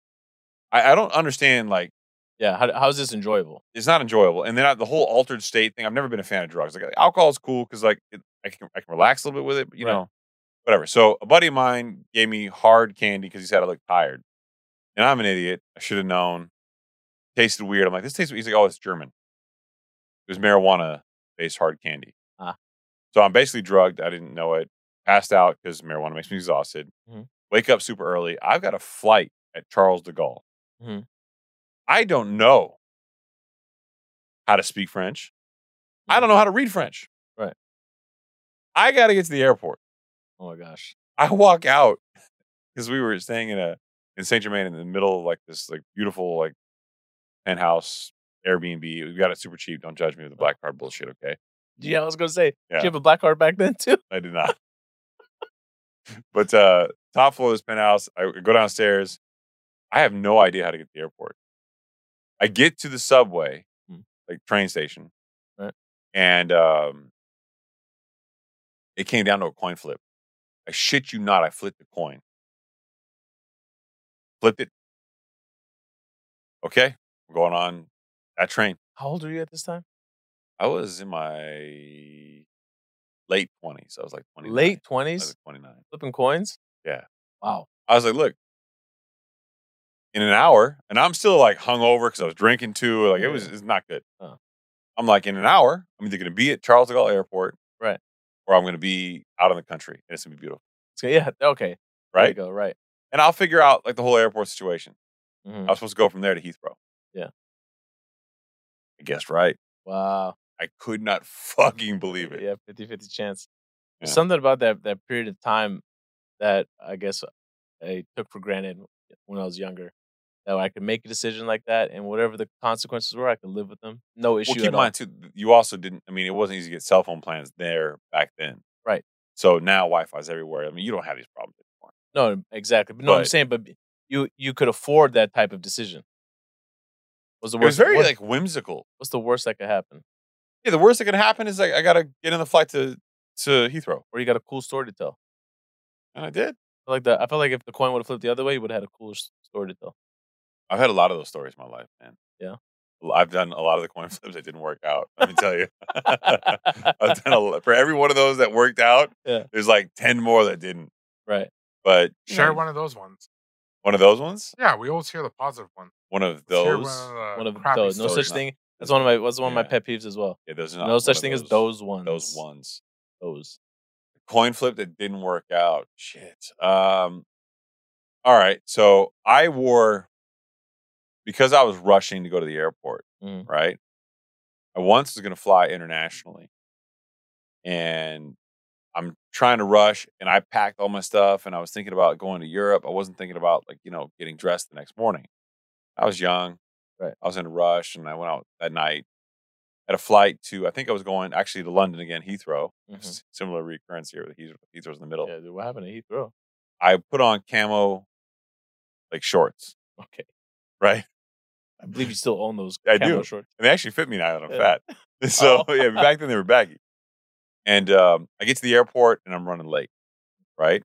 Speaker 1: I, I don't understand like
Speaker 2: Yeah. How, how is this enjoyable?
Speaker 1: it's not enjoyable. And then I, the whole altered state thing, I've never been a fan of drugs. Like alcohol is cool because like it, I can I can relax a little bit with it, but you
Speaker 2: Right.
Speaker 1: know, whatever. So a buddy of mine gave me hard candy because he said I looked tired, and I'm an idiot. I should have known. Tasted weird. I'm like, this tastes. weird." He's like, oh, it's German. It was marijuana based hard candy.
Speaker 2: Ah.
Speaker 1: So I'm basically drugged. I didn't know it. Passed out because marijuana makes me exhausted.
Speaker 2: Mhm.
Speaker 1: Wake up super early. I've got a flight at Charles de Gaulle.
Speaker 2: Mhm.
Speaker 1: I don't know how to speak French. I don't know how to read French.
Speaker 2: Mm-hmm. Right.
Speaker 1: I got to get to the airport.
Speaker 2: Oh my gosh.
Speaker 1: I walk out because we were staying in a in Saint Germain in the middle of like this like beautiful like penthouse Airbnb. We got it super cheap. Don't judge me with the black card bullshit. Okay,
Speaker 2: Yeah, I was gonna say. Did
Speaker 1: Yeah.
Speaker 2: you have a black card back then too?
Speaker 1: I did not. but uh top floor of this penthouse. I go downstairs. I have no idea how to get to the airport. I get to the subway,
Speaker 2: Hmm.
Speaker 1: like train station,
Speaker 2: Right.
Speaker 1: and um, it came down to a coin flip. I shit you not, I flipped the coin. Flipped it. Okay, I'm going on that train.
Speaker 2: How old were you at this time?
Speaker 1: I was in my late twenties. I was like twenty.
Speaker 2: Late
Speaker 1: I was
Speaker 2: twenties,
Speaker 1: like twenty nine.
Speaker 2: flipping coins.
Speaker 1: Yeah.
Speaker 2: Wow.
Speaker 1: I was like, look, in an hour, and I'm still like hungover because I was drinking too. Like it was,
Speaker 2: Yeah.
Speaker 1: it's not good.
Speaker 2: Huh.
Speaker 1: I'm like, in an hour, I'm either going to be at Charles de Gaulle Airport,
Speaker 2: Right.
Speaker 1: or I'm going to be out in the country, and it's going to be beautiful,
Speaker 2: So, yeah. Okay. There you
Speaker 1: right?
Speaker 2: go. Right.
Speaker 1: And I'll figure out like the whole airport situation.
Speaker 2: Mhm.
Speaker 1: I was supposed to go from there to Heathrow.
Speaker 2: Yeah.
Speaker 1: I guessed right.
Speaker 2: Wow.
Speaker 1: I could not fucking believe it.
Speaker 2: Yeah, 50 50 chance. There's
Speaker 1: Yeah.
Speaker 2: Something about that, that period of time that I guess I took for granted when I was younger. That I could make a decision like that, and whatever the consequences were, I could live with them. No issue
Speaker 1: well, keep
Speaker 2: at
Speaker 1: in mind too, th- you also didn't. I mean, it wasn't easy to get cell phone plans there back then.
Speaker 2: Right.
Speaker 1: So now Wi-Fi's everywhere. I mean, you don't have these problems anymore.
Speaker 2: all. No, exactly. But no, I'm
Speaker 1: But-
Speaker 2: saying, but you you could afford that type of decision. Was the
Speaker 1: It was
Speaker 2: worst?
Speaker 1: very
Speaker 2: what-
Speaker 1: like whimsical.
Speaker 2: what's the worst that could happen?
Speaker 1: Yeah, the worst that could happen is like I gotta get in the flight to to Heathrow,
Speaker 2: Or you got a cool story to tell.
Speaker 1: and I did.
Speaker 2: I feel like the I felt like if the coin would have flipped the other way, you would have had a cooler s- story to tell.
Speaker 1: I've had a lot of those stories in my life, man.
Speaker 2: Yeah.
Speaker 1: L- I've done a lot of the coin flips that didn't work out. Let me tell you, I've done a lot. for every one of those that worked out.
Speaker 2: Yeah.
Speaker 1: There's like ten more that didn't.
Speaker 2: right.
Speaker 1: But you
Speaker 3: Share
Speaker 1: know,
Speaker 3: one of those ones.
Speaker 1: one of those ones.
Speaker 3: Yeah, we always hear the positive one.
Speaker 1: One of
Speaker 3: Let's hear
Speaker 1: those.
Speaker 3: the
Speaker 2: One of
Speaker 3: crappy
Speaker 2: those. No
Speaker 3: stories.
Speaker 2: such
Speaker 1: stories.
Speaker 2: thing. That's one of my was one of my
Speaker 1: Yeah.
Speaker 2: pet peeves as well.
Speaker 1: Yeah, those are not
Speaker 2: No
Speaker 1: one
Speaker 2: such
Speaker 1: of
Speaker 2: thing as
Speaker 1: those.
Speaker 2: those ones.
Speaker 1: those ones.
Speaker 2: Those.
Speaker 1: Coin flip that didn't work out. Shit. Um all right. So I wore because I was rushing to go to the airport,
Speaker 2: Mhm.
Speaker 1: right? I once was gonna fly internationally. And I'm trying to rush and I packed all my stuff and I was thinking about going to Europe. I wasn't thinking about like, you know, getting dressed the next morning. I was young.
Speaker 2: Right.
Speaker 1: I was in a rush and I went out that night. Had a flight to I think I was going actually to London again, Heathrow.
Speaker 2: Mhm.
Speaker 1: S- similar recurrence here with Heath- Heathrow's in the middle.
Speaker 2: Yeah, dude, what happened to Heathrow?
Speaker 1: I put on camo like shorts,
Speaker 2: Okay.
Speaker 1: right?
Speaker 2: I believe you still own those
Speaker 1: I
Speaker 2: camo
Speaker 1: do.
Speaker 2: shorts.
Speaker 1: And they actually fit me now that I'm
Speaker 2: Yeah. Oh.
Speaker 1: fat. So yeah, back then they were baggy. And um, I get to the airport and I'm running late, right?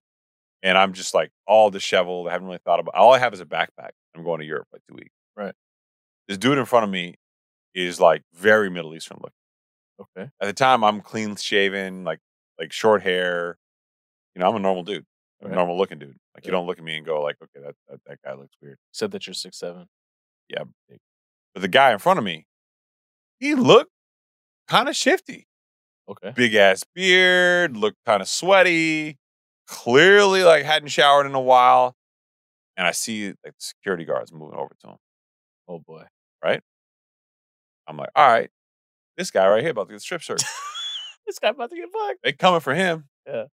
Speaker 1: And I'm just like all disheveled. I haven't really thought about. All I have is a backpack. I'm going to Europe like two weeks.
Speaker 2: Right.
Speaker 1: This dude in front of me is like very Middle Eastern looking.
Speaker 2: Okay.
Speaker 1: At the time, I'm clean shaven, like like short hair. You know, I'm a normal dude. a
Speaker 2: Right.
Speaker 1: normal looking dude. Like you
Speaker 2: Yeah.
Speaker 1: don't look at me and go like, okay, that, that that guy looks weird.
Speaker 2: Except that you're six seven.
Speaker 1: But the guy in front of me, he looked kind of shifty.
Speaker 2: Okay.
Speaker 1: Big ass beard, looked kind of sweaty, clearly like hadn't showered in a while. And I see like the security guards moving over to him.
Speaker 2: Oh boy.
Speaker 1: I'm like, all right, this guy right here about to get strip searched.
Speaker 2: This guy about to get fucked.
Speaker 1: they coming for him.
Speaker 2: Yeah.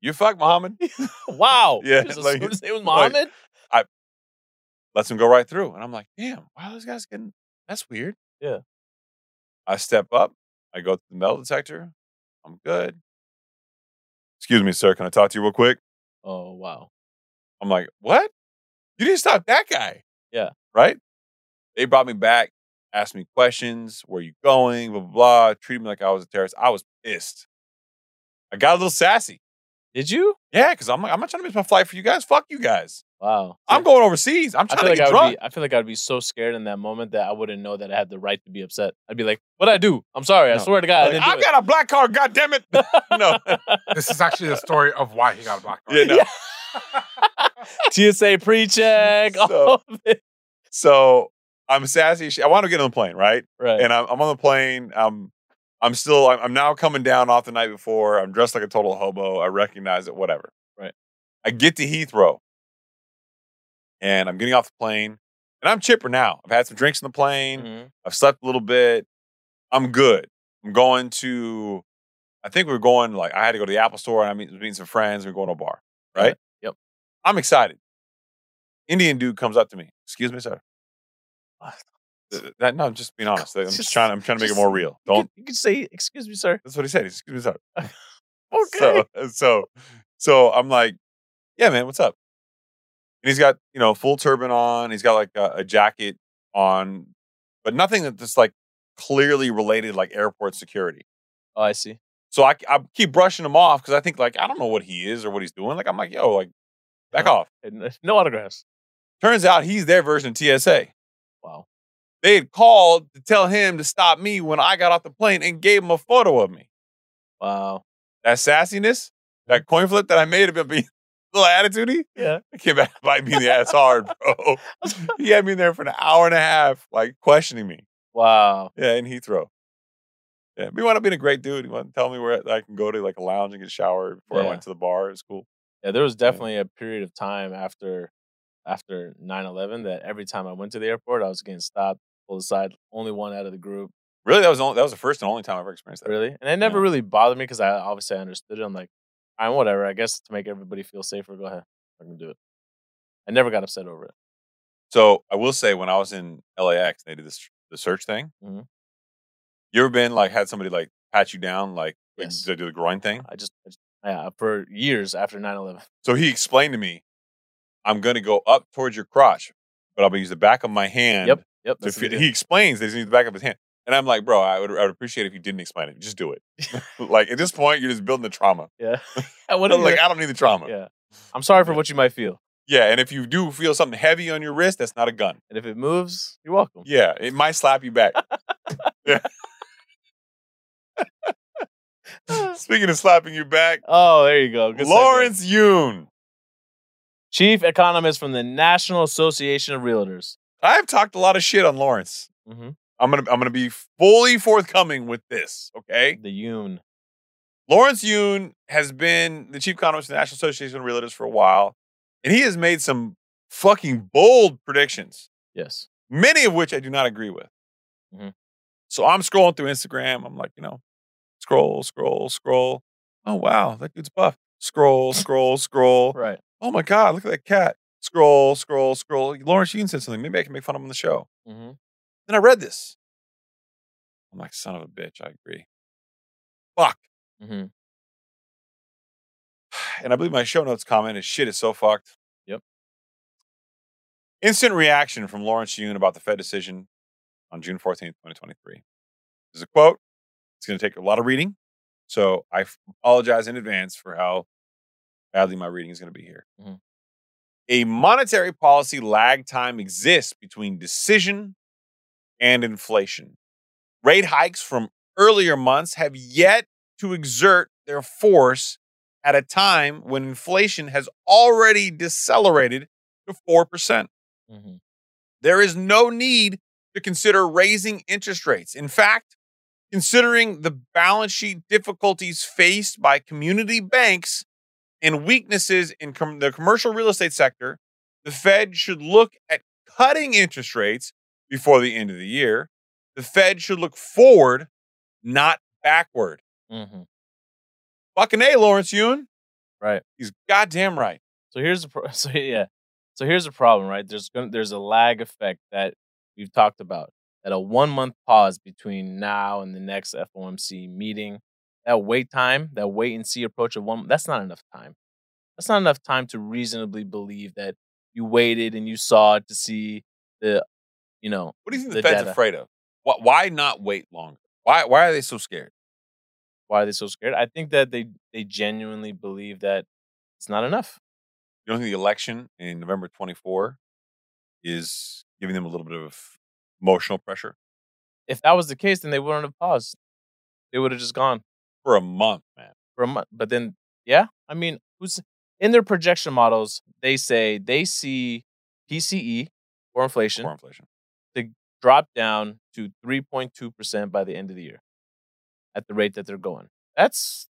Speaker 1: You fuck Muhammad.
Speaker 2: Wow.
Speaker 1: Yeah,
Speaker 2: Just
Speaker 1: like-
Speaker 2: assumed his name was
Speaker 1: like-
Speaker 2: Mohammed.
Speaker 1: lets him go right through. And I'm like, damn, wow, this guy's getting that's weird.
Speaker 2: Yeah.
Speaker 1: I step up, I go to the metal detector, I'm good. Excuse me, sir, can I talk to you real quick?
Speaker 2: oh wow.
Speaker 1: I'm like, what? You didn't stop that guy.
Speaker 2: Yeah.
Speaker 1: Right? They brought me back, asked me questions, where you going, blah, blah, blah, treated me like I was a terrorist. I was pissed. I got a little sassy.
Speaker 2: Did you?
Speaker 1: Yeah, because I'm like, I'm not trying to miss my flight for you guys. Fuck you guys.
Speaker 2: Wow.
Speaker 1: I'm going overseas. I'm
Speaker 2: I
Speaker 1: trying
Speaker 2: feel
Speaker 1: to
Speaker 2: like
Speaker 1: get
Speaker 2: I would
Speaker 1: drunk.
Speaker 2: be. I feel like I'd be so scared in that moment that I wouldn't know that I had the right to be upset. I'd be like, "What I do? I'm sorry. I
Speaker 1: No.
Speaker 2: swear to God, I
Speaker 1: Like,
Speaker 2: didn't do
Speaker 1: I've got a black card, God damn it. no.
Speaker 3: This is actually the story of why he got a black card.
Speaker 1: Yeah, no.
Speaker 2: it." TSA pre-check.
Speaker 1: So-
Speaker 2: all of it.
Speaker 1: So I'm sassy. as shit. I want to get on the plane, right?
Speaker 2: Right.
Speaker 1: And I'm, I'm on the plane. I'm, I'm still. I'm, I'm now coming down off the night before. I'm dressed like a total hobo. I recognize it. Whatever.
Speaker 2: Right.
Speaker 1: I get to Heathrow, and I'm getting off the plane, and I'm chipper now. I've had some drinks on the plane.
Speaker 2: Mhm.
Speaker 1: I've slept a little bit. I'm good. I'm going to. I think we were going like I had to go to the Apple Store and I'm meet- meeting some friends. We're going to a bar,
Speaker 2: Got
Speaker 1: right?
Speaker 2: it. Yep.
Speaker 1: I'm excited. Indian dude comes up to me. Excuse me, sir. Th- That no, I'm just being honest. I'm just,
Speaker 2: Just-
Speaker 1: trying. I'm trying to make
Speaker 2: just-
Speaker 1: it more real.
Speaker 2: You,
Speaker 1: Don't.
Speaker 2: could, you could say, "Excuse me, sir."
Speaker 1: That's what he said. He said, Excuse me, sir.
Speaker 2: Okay.
Speaker 1: So, so, so I'm like, yeah, man, what's up? And he's got you know full turban on. He's got like a, a jacket on, but nothing that- that's like clearly related like airport security.
Speaker 2: oh, I see.
Speaker 1: So I, I keep brushing him off because I think like I don't know what he is or what he's doing. Like I'm like, yo, like back
Speaker 2: Huh.
Speaker 1: off.
Speaker 2: And uh, no autographs.
Speaker 1: Turns out he's their version of TSA.
Speaker 2: Wow.
Speaker 1: They had called to tell him to stop me when I got off the plane and gave him a photo of me.
Speaker 2: Wow.
Speaker 1: That sassiness, that coin flip that I made about being a little attitudey,
Speaker 2: Yeah.
Speaker 1: I came back to bite me in the ass hard, bro. he had me in there for an hour and a half, like questioning me.
Speaker 2: Wow.
Speaker 1: Yeah, in Heathrow. Yeah, he wound up being a great dude. He wanted to tell me where I can go to like a lounge and get showered before I
Speaker 2: Yeah.
Speaker 1: went to the bar. It was cool.
Speaker 2: Yeah, there was definitely a period of time after after 9-11 that every time I went to the airport, I was getting stopped, pulled aside, only one out of the group.
Speaker 1: Really, that was only, that was the first and only time I ever experienced that.
Speaker 2: Really? And it never
Speaker 1: Yeah.
Speaker 2: really bothered me because I obviously I understood it. I'm like, I'm whatever. I guess to make everybody feel safer, go ahead. I can do it. I never got upset over it.
Speaker 1: So I will say, when I was in LAX, they did this the search thing.
Speaker 2: Mhm.
Speaker 1: You ever been like had somebody like pat you down, like like,
Speaker 2: Yes.
Speaker 1: they do the groin thing?
Speaker 2: I just, I just- yeah, for years after 9-11.
Speaker 1: So he explained to me, I'm going to go up towards your crotch, but I'm going to use the back of my hand.
Speaker 2: Yep. Yep.
Speaker 1: To
Speaker 2: that's what
Speaker 1: feel,
Speaker 2: they
Speaker 1: he
Speaker 2: did.
Speaker 1: explains that he's going to use the back of his hand. And I'm like, bro, I would, I would appreciate if you didn't explain it. Just do it. like at this point, you're just building the trauma.
Speaker 2: yeah. I wouldn't
Speaker 1: I'm like, "Ah."
Speaker 2: like,
Speaker 1: I don't need the trauma.
Speaker 2: yeah. I'm sorry for what you might feel.
Speaker 1: Yeah, And if you do feel something heavy on your wrist, that's not a gun.
Speaker 2: And if it moves, you're welcome.
Speaker 1: Yeah. It might slap you back. Yeah. Speaking of slapping you back,
Speaker 2: Oh, there you go. Good segue.
Speaker 1: Lawrence Yoon.
Speaker 2: Chief economist from the National Association of Realtors.
Speaker 1: I've talked a lot of shit on Lawrence.
Speaker 2: hmm
Speaker 1: I'm gonna I'm gonna be fully forthcoming with this. Okay,
Speaker 2: The Yoon.
Speaker 1: Lawrence Yoon has been the chief economist of the National Association of Realtors for a while, and he has made some fucking bold predictions,
Speaker 2: Yes.
Speaker 1: many of which I do not agree with.
Speaker 2: Mhm.
Speaker 1: So I'm scrolling through Instagram. I'm like, you know, scroll, scroll, scroll. Oh wow, that dude's buff. Scroll, scroll, scroll.
Speaker 2: Right.
Speaker 1: Oh my god, look at that cat. Scroll, scroll, scroll. Lawrence Yoon said something. Maybe I can make fun of him on the show.
Speaker 2: hmm
Speaker 1: Then I read this. I'm like, son of a bitch, I agree. Fuck.
Speaker 2: hmm
Speaker 1: And I believe my show notes comment is shit is so fucked.
Speaker 2: Yep.
Speaker 1: Instant reaction from Lawrence Yoon about the Fed decision on June 14th, 2023. This is a quote. It's going to take a lot of reading. So I f- apologize in advance for how badly my reading is going to be here.
Speaker 2: Mhm.
Speaker 1: A monetary policy lag time exists between decision and inflation. Rate hikes from earlier months have yet to exert their force at a time when inflation has already decelerated to 4%.
Speaker 2: hmm
Speaker 1: There is no need to consider raising interest rates. In fact, considering the balance sheet difficulties faced by community banks and weaknesses in com- the commercial real estate sector, the Fed should look at cutting interest rates before the end of the year. The Fed should look forward, not backward.
Speaker 2: hmm
Speaker 1: Fucking A, Lawrence Yoon.
Speaker 2: Right.
Speaker 1: He's goddamn right.
Speaker 2: So here's the pro- so yeah. So here's the problem, right? There's gonna, there's a lag effect that we've talked about. At a one month pause between now and the next FOMC meeting, that wait time, that wait and see approach of one, that's not enough time. That's not enough time to reasonably believe that you waited and you saw it to see the, you know,
Speaker 1: What do you think the,
Speaker 2: the
Speaker 1: Fed's
Speaker 2: data.
Speaker 1: afraid of? Why, why not wait longer? Why why are they so scared?
Speaker 2: why are they so scared? I think that they they genuinely believe that it's not enough.
Speaker 1: You don't think the election in November 24 is giving them a little bit of emotional pressure
Speaker 2: If that was the case, then they wouldn't have paused. They would have just gone.
Speaker 1: for a month, man?
Speaker 2: for a month. But then, yeah, I mean, who's in their projection models? They say they see PCE or inflation
Speaker 1: Core inflation.
Speaker 2: drop down to 3.2 percent by the end of the year, at the rate that they're going. That's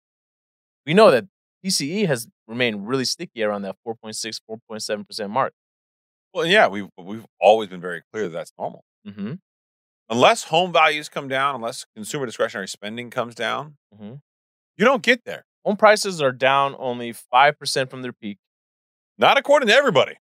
Speaker 2: we know that PCE has remained really sticky around that 4.6, 4.7 percent mark.
Speaker 1: Well, yeah, we've we've always been very clear that that's normal.
Speaker 2: Mm-hmm.
Speaker 1: Unless home values come down, unless consumer discretionary spending comes down,
Speaker 2: Mm-hmm.
Speaker 1: you don't get there.
Speaker 2: Home prices are down only five percent from their peak.
Speaker 1: Not according to everybody.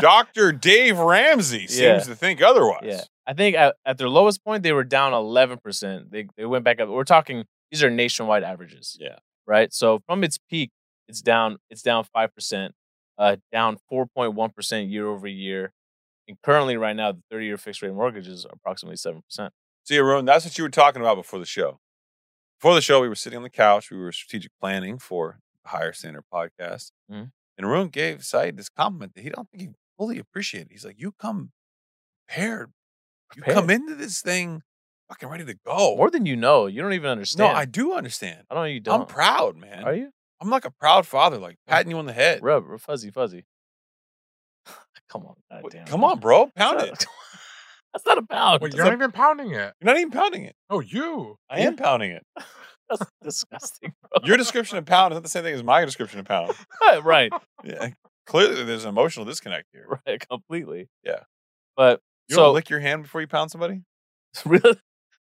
Speaker 1: Dr. Dave Ramsey seems
Speaker 2: Yeah.
Speaker 1: to think otherwise.
Speaker 2: Yeah, I think at, at their lowest point they were down eleven percent. They they went back up. We're talking these are nationwide averages.
Speaker 1: Yeah.
Speaker 2: right. So from its peak, it's down. It's down five percent. Uh, down four point one percent year over year. And currently, right now, the thirty-year fixed rate mortgage is approximately seven percent.
Speaker 1: See, Arun, that's what you were talking about before the show. Before the show, we were sitting on the couch. We were strategic planning for the Higher Standard podcast.
Speaker 2: Mhm.
Speaker 1: And Arun gave Saeed this compliment that he don't think he fully appreciated. He's like, you come prepared. You come into this thing fucking ready to go.
Speaker 2: more than you know. You don't even
Speaker 1: no,
Speaker 2: understand.
Speaker 1: I do understand.
Speaker 2: I don't. know You don't.
Speaker 1: I'm proud, man.
Speaker 2: Are you?
Speaker 1: I'm like a proud father, like patting you on the head.
Speaker 2: Rub, rub fuzzy, fuzzy. Come on, God
Speaker 1: What-
Speaker 2: damn.
Speaker 1: Come on, bro. Pound it.
Speaker 2: That's not- That's not a pound.
Speaker 3: Well,
Speaker 2: That's
Speaker 3: you're
Speaker 2: a-
Speaker 3: not even pounding it.
Speaker 1: You're not even pounding it.
Speaker 3: No, you.
Speaker 1: I am pounding it.
Speaker 2: That's disgusting.
Speaker 1: Your description of pound is not the same thing as my description of pound.
Speaker 2: Bro. right.
Speaker 1: Yeah. Clearly, there's an emotional disconnect here.
Speaker 2: right? Completely.
Speaker 1: Yeah.
Speaker 2: But
Speaker 1: You
Speaker 2: so
Speaker 1: don't lick your hand before you pound somebody.
Speaker 2: really,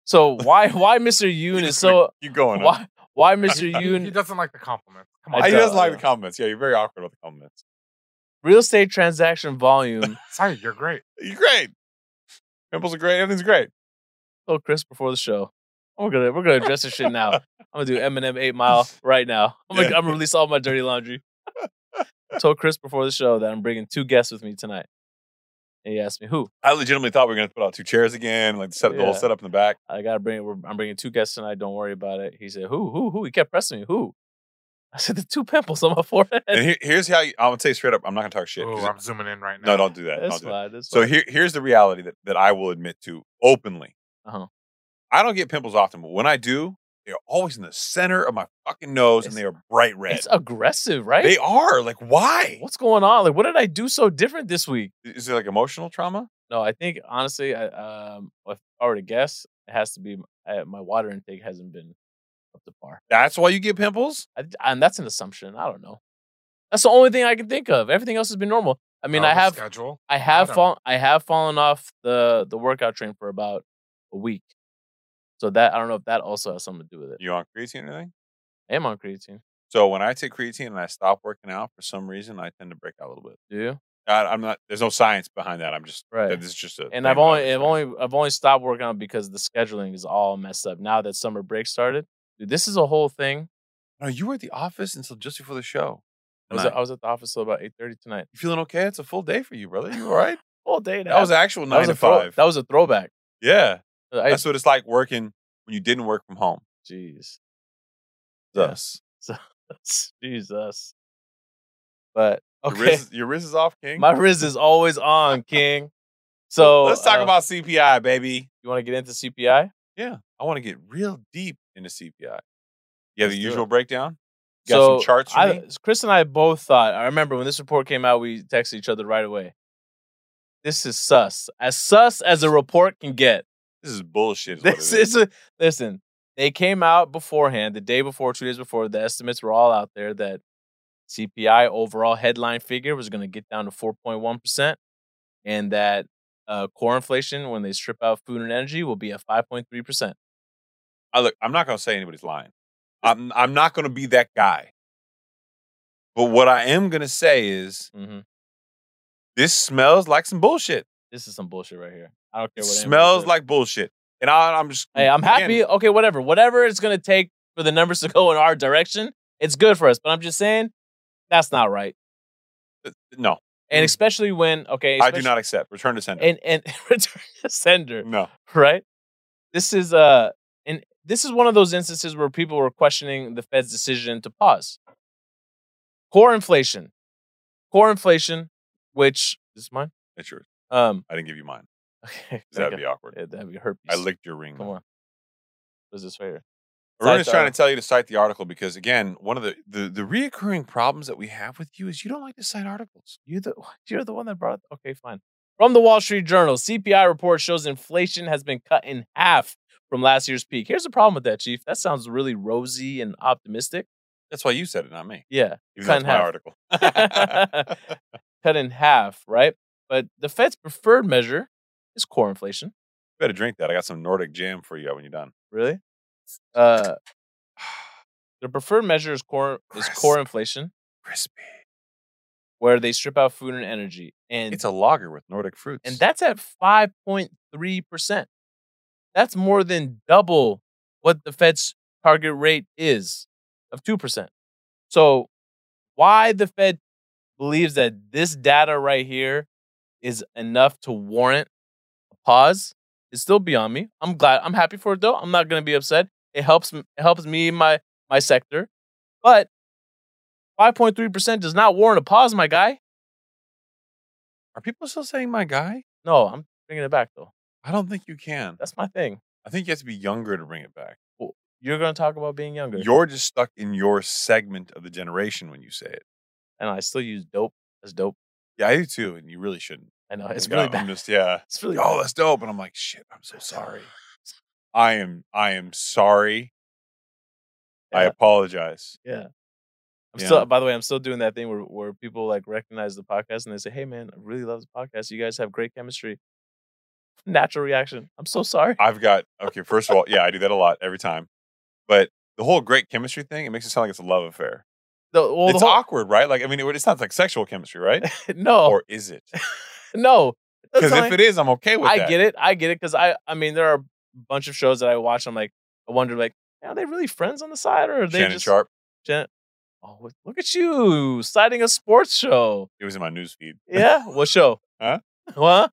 Speaker 2: so why why Mr. Yoon is so
Speaker 1: Keep going. on.
Speaker 2: why why Mr.
Speaker 3: He, he
Speaker 2: Yoon
Speaker 3: doesn't like the compliment. Come
Speaker 2: I
Speaker 3: on.
Speaker 1: he
Speaker 2: don't,
Speaker 1: doesn't like
Speaker 2: yeah.
Speaker 1: the compliments. Yeah, you're very awkward with the compliments.
Speaker 2: real estate transaction volume
Speaker 3: Sorry, you're great.
Speaker 1: You're great. Pimples are great. Everything's great.
Speaker 2: told Chris before the show. We're gonna we're gonna address this shit now. I'm gonna do Eminem Eight Mile right now. I'm gonna,
Speaker 1: Yeah.
Speaker 2: I'm gonna release all my dirty laundry. I told Chris before the show that I'm bringing two guests with me tonight, and he asked me who.
Speaker 1: I legitimately thought we were going to put out two chairs again, like set up the whole
Speaker 2: Yeah.
Speaker 1: setup in the back.
Speaker 2: I gotta bring. We're, I'm bringing two guests tonight. Don't worry about it. He said who who who. He kept pressing me who. I said the two pimples on my forehead.
Speaker 1: And here, here's how you, I'm going to say straight up I'm not going to talk shit. 'cause
Speaker 3: Oh,
Speaker 1: it-
Speaker 3: I'm zooming in right now.
Speaker 1: no, don't do that.
Speaker 2: that's
Speaker 1: Don't do that.
Speaker 2: fine. That's
Speaker 1: So
Speaker 2: fine.
Speaker 1: here, here's the reality that, that I will admit to openly.
Speaker 2: Uh-huh.
Speaker 1: I don't get pimples often, but when I do, they're always in the center of my fucking nose and
Speaker 2: It's-
Speaker 1: they are bright red.
Speaker 2: it's aggressive, right?
Speaker 1: They are. Like, why?
Speaker 2: What's going on? Like, what did I do so different this week?
Speaker 1: Is it like emotional trauma?
Speaker 2: No, I think honestly, I, um, if I were to guess, it has to be m- uh, my water intake hasn't been up to par,
Speaker 1: That's why you get pimples?
Speaker 2: I, and that's an assumption. I don't know. That's the only thing I can think of. Everything else has been normal. I mean,
Speaker 1: Oh,
Speaker 3: Out
Speaker 2: I
Speaker 3: of
Speaker 2: have,
Speaker 3: schedule.
Speaker 2: I have
Speaker 3: don't-
Speaker 2: fallen, I have fallen off the the workout train for about a week, so that I don't know if that also has something to do with it.
Speaker 1: You on creatine or anything?
Speaker 2: I am on creatine.
Speaker 1: So when I take creatine and I stop working out, for some reason, I tend to break out a little bit.
Speaker 2: Do you?
Speaker 1: I, I'm not, there's no science behind that. I'm just,
Speaker 2: Right.
Speaker 1: this is just a. thing
Speaker 2: And I've
Speaker 1: that I
Speaker 2: only, I've
Speaker 1: experience.
Speaker 2: only, I've only stopped working out because the scheduling is all messed up. Now that summer break started, dude, this is a whole thing.
Speaker 1: No, you were at the office until just before the show.
Speaker 2: I was,
Speaker 1: tonight.
Speaker 2: I was at the office till about eight thirty tonight.
Speaker 1: you feeling okay? It's a full day for you, brother. You all right?
Speaker 2: All day. and a
Speaker 1: that was
Speaker 2: half.
Speaker 1: actual
Speaker 2: that
Speaker 1: nine
Speaker 2: was a
Speaker 1: to
Speaker 2: throw-
Speaker 1: five.
Speaker 2: that was a throwback.
Speaker 1: yeah.
Speaker 2: I-
Speaker 1: That's what it's like working when you didn't work from home.
Speaker 2: Jeez, Yeah.
Speaker 1: Thus,
Speaker 2: Jesus. But
Speaker 1: your,
Speaker 2: okay,
Speaker 1: wrist, your wrist is off, King.
Speaker 2: my wrist is always on, King. So
Speaker 1: let's talk
Speaker 2: uh,
Speaker 1: about CPI, baby.
Speaker 2: You want to get into CPI?
Speaker 1: Yeah, I want to get real deep into CPI. You have
Speaker 2: Let's
Speaker 1: the
Speaker 2: do
Speaker 1: usual
Speaker 2: it.
Speaker 1: breakdown. You got some charts for
Speaker 2: I,
Speaker 1: me?
Speaker 2: Chris and I both thought. I remember when this report came out, we texted each other right away. This is sus. As sus as a report can get.
Speaker 1: This is bullshit. Is what
Speaker 2: This
Speaker 1: it is.
Speaker 2: is a, listen. They came out beforehand, the day before, two days before. The estimates were all out there that CPI overall headline figure was going to get down to four point one percent, and that uh, core inflation, when they strip out food and energy, will be at five point three percent.
Speaker 1: I look. I'm not going to say anybody's lying. I'm. I'm not going to be that guy. But what I am going to say is this smells like some bullshit.
Speaker 2: This is some bullshit right here. I don't care
Speaker 1: It
Speaker 2: what anyone
Speaker 1: smells
Speaker 2: says.
Speaker 1: like bullshit. And I, I'm just.
Speaker 2: Hey, I'm
Speaker 1: again,
Speaker 2: happy. Okay, whatever. Whatever it's going to take for the numbers to go in our direction, it's good for us. But I'm just saying, that's not right.
Speaker 1: No,
Speaker 2: And
Speaker 1: Mm.
Speaker 2: especially when, okay.
Speaker 1: I do
Speaker 2: especially-
Speaker 1: not accept. Return to sender.
Speaker 2: And, and return to sender,
Speaker 1: no.
Speaker 2: right? This is, uh, and this is one of those instances where people were questioning the Fed's decision to pause. Core inflation. Core inflation, which is mine.
Speaker 1: It's yours.
Speaker 2: Um,
Speaker 1: I didn't give you mine.
Speaker 2: okay.
Speaker 1: 'cause That'd be awkward.
Speaker 2: Yeah, that'd be herpes.
Speaker 1: I licked your ring.
Speaker 2: Come on. What is this right here?
Speaker 1: Arun is
Speaker 2: Cite the
Speaker 1: trying to
Speaker 2: article.
Speaker 1: tell you to cite the article because, again, one of the, the the reoccurring problems that we have with you is you don't like to cite articles.
Speaker 2: You the you're the one that brought it. Okay, fine. From the Wall Street Journal, CPI report shows inflation has been cut in half from last year's peak. Here's the problem with that, Chief. That sounds really rosy and optimistic.
Speaker 1: That's why you said it, not me.
Speaker 2: Yeah,
Speaker 1: Even though
Speaker 2: Cut
Speaker 1: it's
Speaker 2: in
Speaker 1: my
Speaker 2: half.
Speaker 1: article.
Speaker 2: cut in half, right? But the Fed's preferred measure is core inflation.
Speaker 1: Better drink that. I got some Nordic jam for you when you're done.
Speaker 2: Really? Uh, their preferred measure is core is core
Speaker 1: Crisp.
Speaker 2: inflation,
Speaker 1: Crispy.
Speaker 2: where they strip out food and energy. And
Speaker 1: It's a lager with Nordic fruits.
Speaker 2: and that's at 5.3%. That's more than double what the Fed's target rate is of 2%. So, why the Fed believes that this data right here is enough to warrant a pause is still beyond me. I'm glad. I'm happy for it though. I'm not going to be upset. It helps it helps me in my my sector. But 5.3% does not warrant a pause, my guy.
Speaker 1: Are people still saying my guy?
Speaker 2: No, I'm bringing it back though.
Speaker 1: I don't think you can.
Speaker 2: That's my thing.
Speaker 1: I think you have to be younger to bring it back.
Speaker 2: You're going to talk about being younger.
Speaker 1: You're just stuck in your segment of the generation when you say it.
Speaker 2: and I still use dope as dope.
Speaker 1: Yeah, I do too, and you really shouldn't.
Speaker 2: I know it's
Speaker 1: Like, uh,
Speaker 2: really
Speaker 1: I'm
Speaker 2: bad.
Speaker 1: Just, yeah.
Speaker 2: It's really
Speaker 1: oh,
Speaker 2: bad.
Speaker 1: that's dope. And I'm like, shit, I'm so sorry. I am I am sorry. I
Speaker 2: Yeah.
Speaker 1: apologize.
Speaker 2: Yeah. I'm
Speaker 1: Yeah.
Speaker 2: still, by the way, I'm still doing that thing where, where people like recognize the podcast and they say, "Hey, man, I really love the podcast. You guys have great chemistry." Natural reaction. I'm so sorry.
Speaker 1: I've got okay. First of all, yeah, I do that a lot every time. But the whole great chemistry thing, it makes it sound like it's a love affair.
Speaker 2: The, well, the
Speaker 1: it's
Speaker 2: whole- Oh.
Speaker 1: awkward, right? Like I mean, it- it's not like sexual chemistry, right?
Speaker 2: no,
Speaker 1: Or is it?
Speaker 2: no.
Speaker 1: Because if it is, I'm okay with
Speaker 2: I
Speaker 1: that.
Speaker 2: get it. I get it because I, I mean, there are a bunch of shows that I watch. I'm like, I wonder, like, are they really friends on the side or are they
Speaker 1: Shannon
Speaker 2: just?
Speaker 1: Sharp.
Speaker 2: Jan- oh, look- look at you citing a sports show.
Speaker 1: It was in my news feed.
Speaker 2: Yeah, what show?
Speaker 1: Huh?
Speaker 2: What?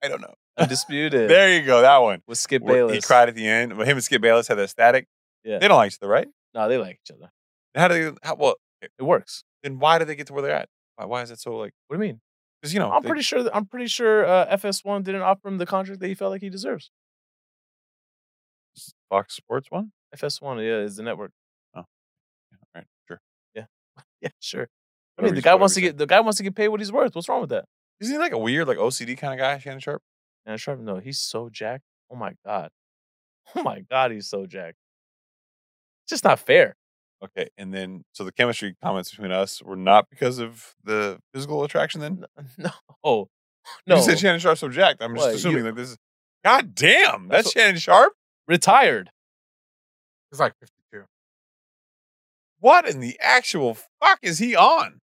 Speaker 1: I don't know.
Speaker 2: Undisputed.
Speaker 1: There you go. That one.
Speaker 2: with Skip
Speaker 1: Where
Speaker 2: Bayless.
Speaker 1: He cried at the end. Well, Him and Skip Bayless had that static.
Speaker 2: Yeah.
Speaker 1: They don't like each other, right?
Speaker 2: No, they like each other.
Speaker 1: How do they? How, well,
Speaker 2: It works.
Speaker 1: then why do they get to where they're at? Why, why is it so like?
Speaker 2: What do you mean?
Speaker 1: Because you know,
Speaker 2: I'm
Speaker 1: they-
Speaker 2: pretty sure. That, I'm pretty sure uh, FS1 didn't offer him the contract that he felt like he deserves.
Speaker 1: Fox Sports one.
Speaker 2: FS1, yeah, is the network.
Speaker 1: Yeah, All right, sure.
Speaker 2: Yeah, sure. I
Speaker 1: Whatever
Speaker 2: mean, the
Speaker 1: you-
Speaker 2: guy
Speaker 1: whatever
Speaker 2: wants to
Speaker 1: you
Speaker 2: get the guy wants to get paid what he's worth. What's wrong with that?
Speaker 1: say. Isn't he like a weird, like OCD kind of guy, Shannon Sharp?
Speaker 2: And Sharp, no, he's so jacked. Oh my god. Oh my god, he's so jacked. It's just not fair.
Speaker 1: Okay, and then so the chemistry comments between us were not because of the physical attraction. Then
Speaker 2: N- No, no.
Speaker 1: you said Shannon Sharp's so jacked. I'm just
Speaker 2: Well, you-
Speaker 1: assuming like this is. God damn, that's,
Speaker 2: That's what-
Speaker 1: Shannon Sharp.
Speaker 2: Retired.
Speaker 3: He's like 52.
Speaker 1: What in the actual fuck is he on?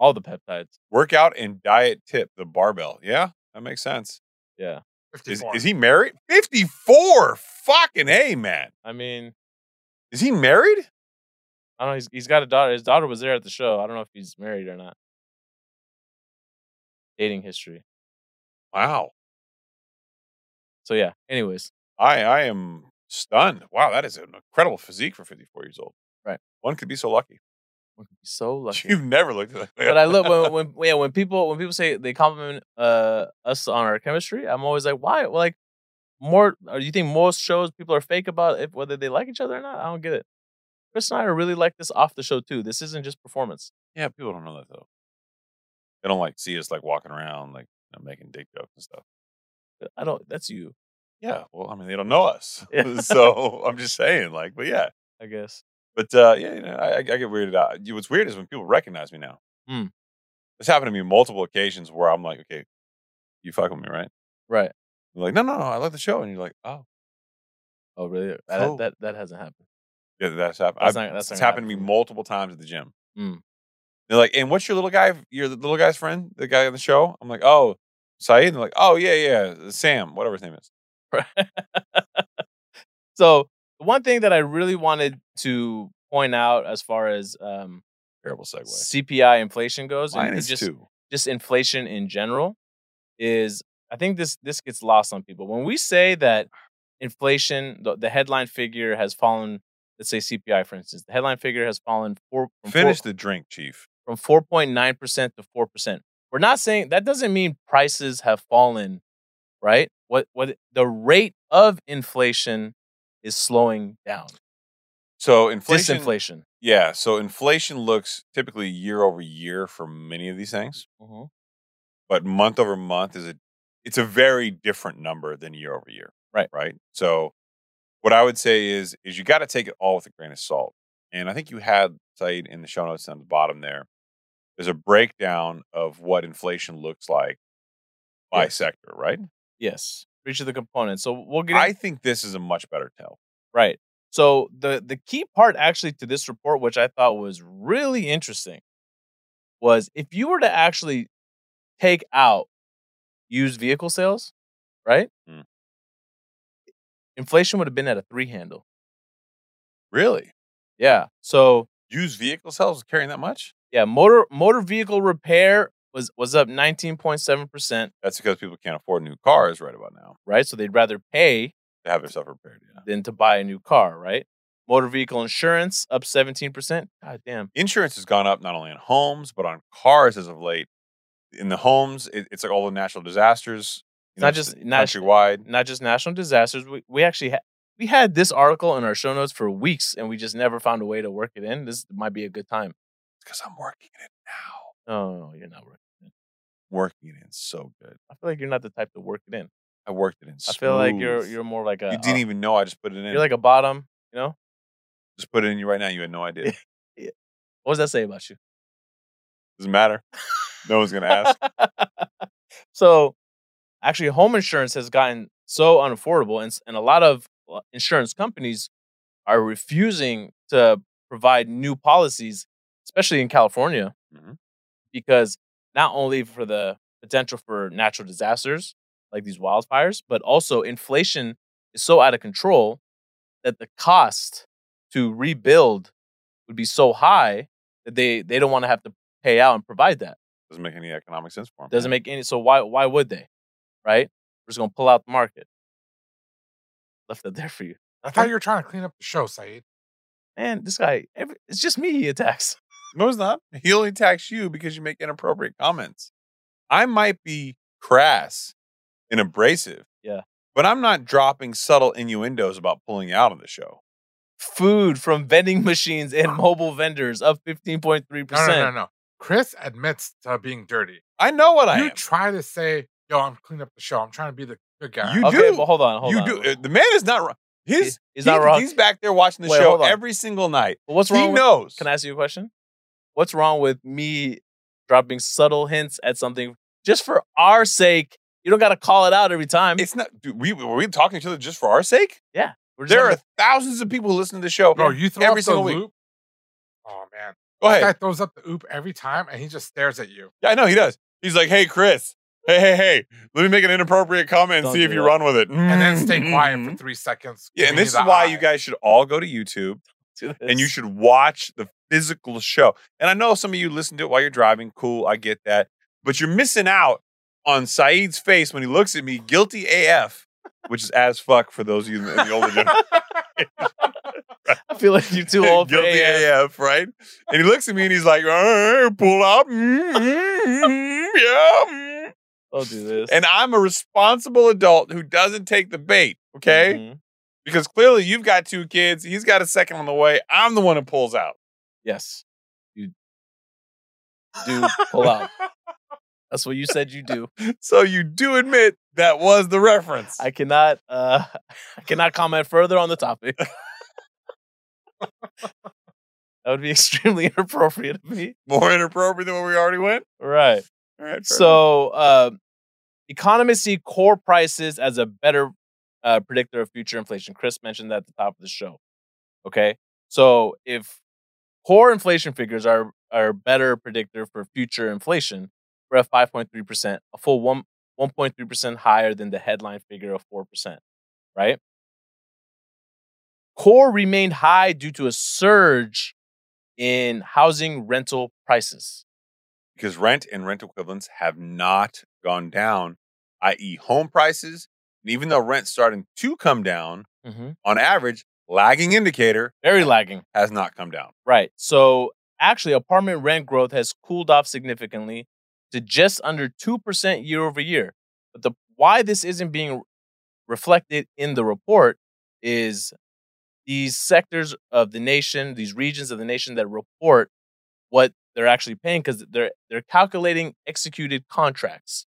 Speaker 2: All the peptides.
Speaker 1: Workout and diet tip, the barbell. Yeah, that makes sense.
Speaker 2: Yeah.
Speaker 1: Is,
Speaker 3: 54.
Speaker 1: is he married? 54. Fucking A, man.
Speaker 2: I mean,
Speaker 1: Is he married?
Speaker 2: I don't know. He's, he's got a daughter. His daughter was there at the show. I don't know if he's married or not. Dating history.
Speaker 1: Wow.
Speaker 2: So yeah. Anyways,
Speaker 1: I I am stunned. Wow, that is an incredible physique for 54 years old.
Speaker 2: Right.
Speaker 1: One could be so lucky.
Speaker 2: one could be so lucky.
Speaker 1: You've never looked at that.
Speaker 2: but I love when when yeah, when people when people say they compliment uh us on our chemistry, I'm always like, why? Well, like more. Or you think most shows people are fake about if, whether they like each other or not? I don't get it. Chris and I are really like this off the show too. This isn't just performance.
Speaker 1: Yeah, people don't know that though. They don't like see us like walking around like you know, making dick jokes and stuff.
Speaker 2: I don't. That's you,
Speaker 1: Yeah. Well, I mean, they don't know us.
Speaker 2: Yeah.
Speaker 1: so I'm just saying, like, but yeah.
Speaker 2: I guess.
Speaker 1: But uh, yeah, you know, I, I I get weirded out. You- What's weird is when people recognize me now.
Speaker 2: Hmm.
Speaker 1: This happened to me multiple occasions where I'm like, okay, you fuck with me, right?
Speaker 2: Right.
Speaker 1: They're like, no, no, no, I like the show, and you're like, oh,
Speaker 2: Oh really? That
Speaker 1: Cool.
Speaker 2: that that hasn't happened.
Speaker 1: yeah, that's happened.
Speaker 2: That's
Speaker 1: I've-
Speaker 2: not- that's not
Speaker 1: it's
Speaker 2: gonna
Speaker 1: happened to me
Speaker 2: happen for me.
Speaker 1: multiple times at the gym.
Speaker 2: Hmm.
Speaker 1: They're like, and what's your little guy? Your little guy's friend, the guy on the show? I'm like, oh, Saeed. And they're like, oh yeah, yeah, Sam, whatever his name is.
Speaker 2: So one thing that I really wanted to point out as far as um,
Speaker 1: Terrible segue.
Speaker 2: CPI inflation goes,
Speaker 1: Mine
Speaker 2: and
Speaker 1: is
Speaker 2: just
Speaker 1: two.
Speaker 2: just inflation in general, is I think this this gets lost on people when we say that inflation, the, the headline figure has fallen. Let's say CPI, for instance, the headline figure has fallen four, from four-
Speaker 1: Finish the drink, Chief.
Speaker 2: from four point nine percent to four percent. We're not saying that doesn't mean prices have fallen, right? What what the rate of inflation is slowing down.
Speaker 1: So inflation,
Speaker 2: Disinflation.
Speaker 1: Yeah. So inflation looks typically year over year for many of these things,
Speaker 2: Mhm.
Speaker 1: but month over month is a it's a very different number than year over year.
Speaker 2: Right.
Speaker 1: Right. So what I would say is is you got to take it all with a grain of salt. And I think you had Said in the show notes on the bottom there. There's a breakdown of what inflation looks like by
Speaker 2: Yes.
Speaker 1: sector, right?
Speaker 2: Yes, for each of the components. So we'll get.
Speaker 1: I think this is a much better tell.
Speaker 2: Right. So the the key part actually to this report, which I thought was really interesting, was if you were to actually take out used vehicle sales, right?
Speaker 1: Mm.
Speaker 2: Inflation would have been at a three handle.
Speaker 1: Really?
Speaker 2: Yeah. So
Speaker 1: Used vehicle sales carrying that much?
Speaker 2: yeah, motor motor vehicle repair was was up nineteen point seven percent,
Speaker 1: That's because people can't afford new cars right about now
Speaker 2: right? So they'd rather pay
Speaker 1: to have their stuff repaired. Yeah.
Speaker 2: than to buy a new car, right? Motor vehicle insurance up seventeen percent. God damn.
Speaker 1: insurance has gone up not only on homes but on cars as of late. In the homes, it, it's like all the natural disasters.
Speaker 2: It's not just- not-
Speaker 1: countrywide.
Speaker 2: not just national disasters. We, we actually ha- we had this article in our show notes for weeks, and we just never found a way to work it in. This might be a good time.
Speaker 1: Because I'm working it now.
Speaker 2: No, no, you're not working. It in.
Speaker 1: Working it in so good.
Speaker 2: I feel like you're not the type to work it in.
Speaker 1: I worked it in.
Speaker 2: I feel like you're
Speaker 1: smooth.
Speaker 2: you're uh more like a
Speaker 1: You didn't even know I just put it in.
Speaker 2: you're like a bottom. You know,
Speaker 1: just put it in you right now. You had no idea.
Speaker 2: What does that say about you?
Speaker 1: Doesn't matter. No one's gonna ask.
Speaker 2: so actually home insurance has gotten so unaffordable and, and a lot of uh, insurance companies are refusing to provide new policies especially in california
Speaker 1: Mhm.
Speaker 2: because not only for the potential for natural disasters like these wildfires but also inflation is so out of control that the cost to rebuild would be so high that they they don't want to have to pay out and provide that
Speaker 1: Doesn't make any economic sense for them.
Speaker 2: doesn't make any. So why why would they? Right? We're just gonna pull out the market. Left that there for you,
Speaker 3: I thought you were trying to clean up the show, Saeed.
Speaker 2: man. This guy, every, it's just me he attacks.
Speaker 1: No, it's not. He only attacks you because you make inappropriate comments. I might be crass and abrasive.
Speaker 2: Yeah.
Speaker 1: But I'm not dropping subtle innuendos about pulling out of the show.
Speaker 2: Food from vending machines and mobile vendors up fifteen point three
Speaker 3: No, no, no,
Speaker 2: percent.
Speaker 3: no. Chris admits to being dirty.
Speaker 1: I know what I
Speaker 3: you
Speaker 1: am.
Speaker 3: try to say, "Yo, I'm cleaning up the show. I'm trying to be the good guy." Oh,
Speaker 1: You
Speaker 2: Okay,
Speaker 1: do.
Speaker 2: but hold on, hold
Speaker 1: you
Speaker 2: on.
Speaker 1: do. uh, The man is not wrong.
Speaker 2: He-
Speaker 1: His,
Speaker 2: he's
Speaker 1: he-
Speaker 2: not wrong.
Speaker 1: He's back there watching the
Speaker 2: Wait,
Speaker 1: show
Speaker 2: hold on.
Speaker 1: every single night.
Speaker 2: but what's
Speaker 1: He
Speaker 2: wrong? With,
Speaker 1: knows.
Speaker 2: can I ask you a question? What's wrong with me dropping subtle hints at something just for our sake? You don't got to call it out every time.
Speaker 1: It's not. Dude, we were we talking to each other just for our sake?
Speaker 2: We're just
Speaker 1: There are
Speaker 2: having
Speaker 1: thousands of people who listen to the show.
Speaker 3: Bro, you throw
Speaker 1: every
Speaker 3: up the
Speaker 1: single week.
Speaker 3: loop. Oh man,
Speaker 1: Go
Speaker 3: this guy
Speaker 1: ahead.
Speaker 3: throws up the oop every time, and he just stares at you.
Speaker 1: Yeah, I know he does. He's like, hey, Chris. Hey, hey, hey. Let me make an inappropriate comment and
Speaker 2: Don't
Speaker 1: see if
Speaker 2: do
Speaker 1: you
Speaker 2: that.
Speaker 1: run with it. Mm.
Speaker 3: And then stay quiet for three seconds.
Speaker 1: Mm-hmm. Yeah,
Speaker 3: giving
Speaker 1: and
Speaker 3: you
Speaker 1: this is
Speaker 3: the
Speaker 1: why
Speaker 3: eye.
Speaker 1: you guys should all go to YouTube
Speaker 2: to do
Speaker 1: and you
Speaker 2: this.
Speaker 1: should watch the physical show. And I know some of you listen to it while you're driving. Cool, I get that. But you're missing out on Saeed's face when he looks at me, guilty AF, which is as fuck for those of you in the older generation.
Speaker 2: I feel like you're too old for
Speaker 1: guilty
Speaker 2: AF.
Speaker 1: AF. right? And he looks at me and he's like, "Arr, pull up. Mm, mm, mm, yeah. mm."
Speaker 2: Don't do this.
Speaker 1: And I'm a responsible adult who doesn't take the bait, okay?
Speaker 3: Mm-hmm.
Speaker 2: Mhm.
Speaker 1: Because clearly you've got two kids, he's got a second on the way. I'm the one who pulls out.
Speaker 2: Yes. You do pull out. That's what you said you do.
Speaker 1: So you do admit that was the reference.
Speaker 2: I cannot uh I cannot comment further on the topic. that would be extremely inappropriate of me.
Speaker 1: More inappropriate than where we already went.
Speaker 2: Right.
Speaker 1: All right. fair enough.
Speaker 2: So uh, economists see core prices as a better uh, predictor of future inflation. Chris mentioned that at the top of the show. Okay. So if core inflation figures are are a better predictor for future inflation, we're at 5.3%, a full one 1.3% higher than the headline figure of 4%, right? Core remained high due to a surge in housing rental prices.
Speaker 1: because rent and rent equivalents have not gone down, i.e., home prices. And even though rent's starting to come down, on average, lagging indicator
Speaker 2: Very lagging.
Speaker 1: has not come down.
Speaker 2: Right. So actually, apartment rent growth has cooled off significantly to just under 2% year over year. But the why this isn't being reflected in the report is these sectors of the nation, these regions of the nation that report what they're actually paying cuz they're they're calculating executed contracts,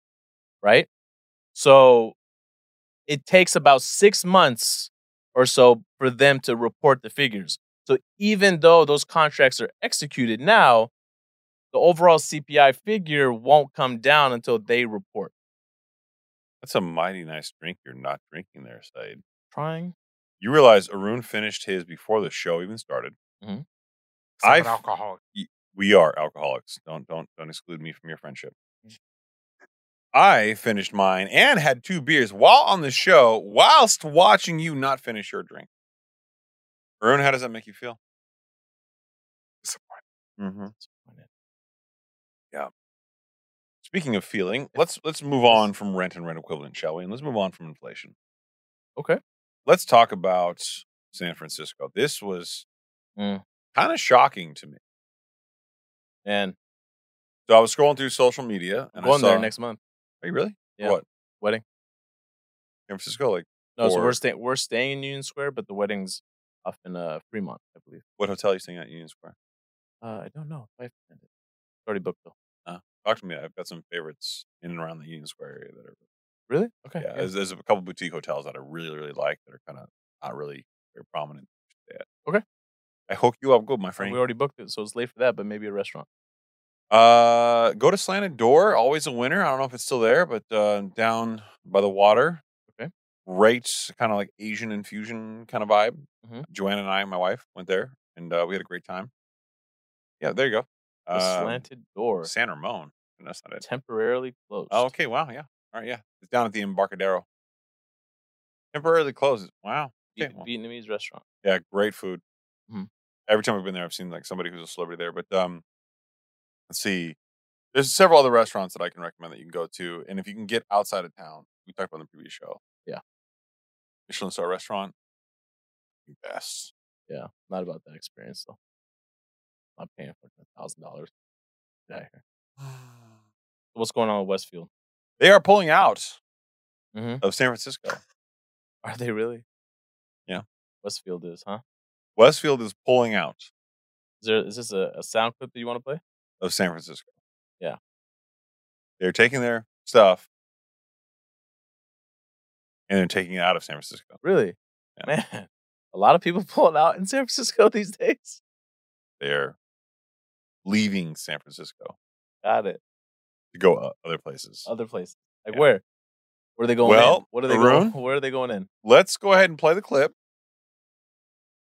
Speaker 2: right? So it takes about 6 months or so for them to report the figures. So even though those contracts are executed now, the overall CPI figure won't come down until they report.
Speaker 1: That's a mighty nice drink you're not drinking there, Said.
Speaker 2: Trying.
Speaker 1: You realize Arun finished his before the show even started.
Speaker 3: Some
Speaker 1: I've-
Speaker 3: alcoholic.
Speaker 1: we are alcoholics. Don't don't don't exclude me from your friendship.
Speaker 2: Mm.
Speaker 1: I finished mine and had two beers while on the show, whilst watching you not finish your drink. Arun, how does that make you feel?
Speaker 3: Disappointed.
Speaker 1: Mm-hmm. Yeah. Speaking of feeling, let's let's move on from rent and rent equivalent, shall we? And let's move on from inflation.
Speaker 2: Okay.
Speaker 1: Let's talk about San Francisco. This was
Speaker 2: Mm.
Speaker 1: kind of shocking to me.
Speaker 2: And
Speaker 1: So I was scrolling through social media
Speaker 2: I'm
Speaker 1: and
Speaker 2: going
Speaker 1: I saw,
Speaker 2: there next month.
Speaker 1: Are you really?
Speaker 2: Yeah.
Speaker 1: What?
Speaker 2: Wedding.
Speaker 1: San Francisco, like
Speaker 2: No, so
Speaker 1: Or-
Speaker 2: we're staying we're staying in Union Square, but the wedding's up in uh, Fremont, I believe.
Speaker 1: what hotel are you staying at in Union Square?
Speaker 2: Uh, I don't know. It's already booked though.
Speaker 1: Talk to me. I've got some favorites in and around the Union Square area that are
Speaker 2: Really? Okay.
Speaker 1: yeah. There's, there's a couple boutique hotels that I really really like that are kind of not really very prominent. I hook you up good, my
Speaker 2: We
Speaker 1: friend.
Speaker 2: already booked it, so it's late for that, but maybe a restaurant.
Speaker 1: Uh, go to Slanted Door. Always a winner. I don't know if it's still there, but uh, down by the water.
Speaker 2: Okay.
Speaker 1: Right, kind of like Asian infusion kind of vibe.
Speaker 2: Mhm.
Speaker 1: Joanna and I, my wife, went there, and uh, we had a great time. Yeah, there you go. Uh,
Speaker 2: The slanted door
Speaker 1: San Ramon. No, That's not it.
Speaker 2: temporarily closed.
Speaker 1: Oh, okay. Wow. Yeah. All right. Yeah. It's down at the Embarcadero. Temporarily closes. Wow.
Speaker 2: Viet-
Speaker 1: okay, well.
Speaker 2: Vietnamese restaurant.
Speaker 1: Yeah. Great food.
Speaker 2: Mhm.
Speaker 1: Every time I've been there, I've seen like somebody who's a celebrity there. But um, let's see. There's several other restaurants that I can recommend that you can go to, and if you can get outside of town, we talked about in the previous show.
Speaker 2: Yeah.
Speaker 1: Michelin star restaurant. Best.
Speaker 2: Yeah, not about that experience though. I'm paying for a thousand dollars. Get out of here. What's going on with Westfield?
Speaker 1: They are pulling out
Speaker 2: Mhm.
Speaker 1: of San Francisco.
Speaker 2: Are they really?
Speaker 1: Yeah.
Speaker 2: Westfield is, huh?
Speaker 1: Westfield is pulling out
Speaker 2: Is there is this a, a sound clip that you want to play?
Speaker 1: of San Francisco.
Speaker 2: Yeah.
Speaker 1: They're taking their stuff and they're taking it out of San Francisco.
Speaker 2: Really? Man. A lot of people pulling out in San Francisco these days.
Speaker 1: They're leaving San Francisco
Speaker 2: Got it.
Speaker 1: to go o- other places.
Speaker 2: Other places. Like
Speaker 1: Yeah.
Speaker 2: where? Where are they going in?
Speaker 1: Well,
Speaker 2: What are they
Speaker 1: Arun?
Speaker 2: going? Where are they going in?
Speaker 1: Let's go ahead and play the clip.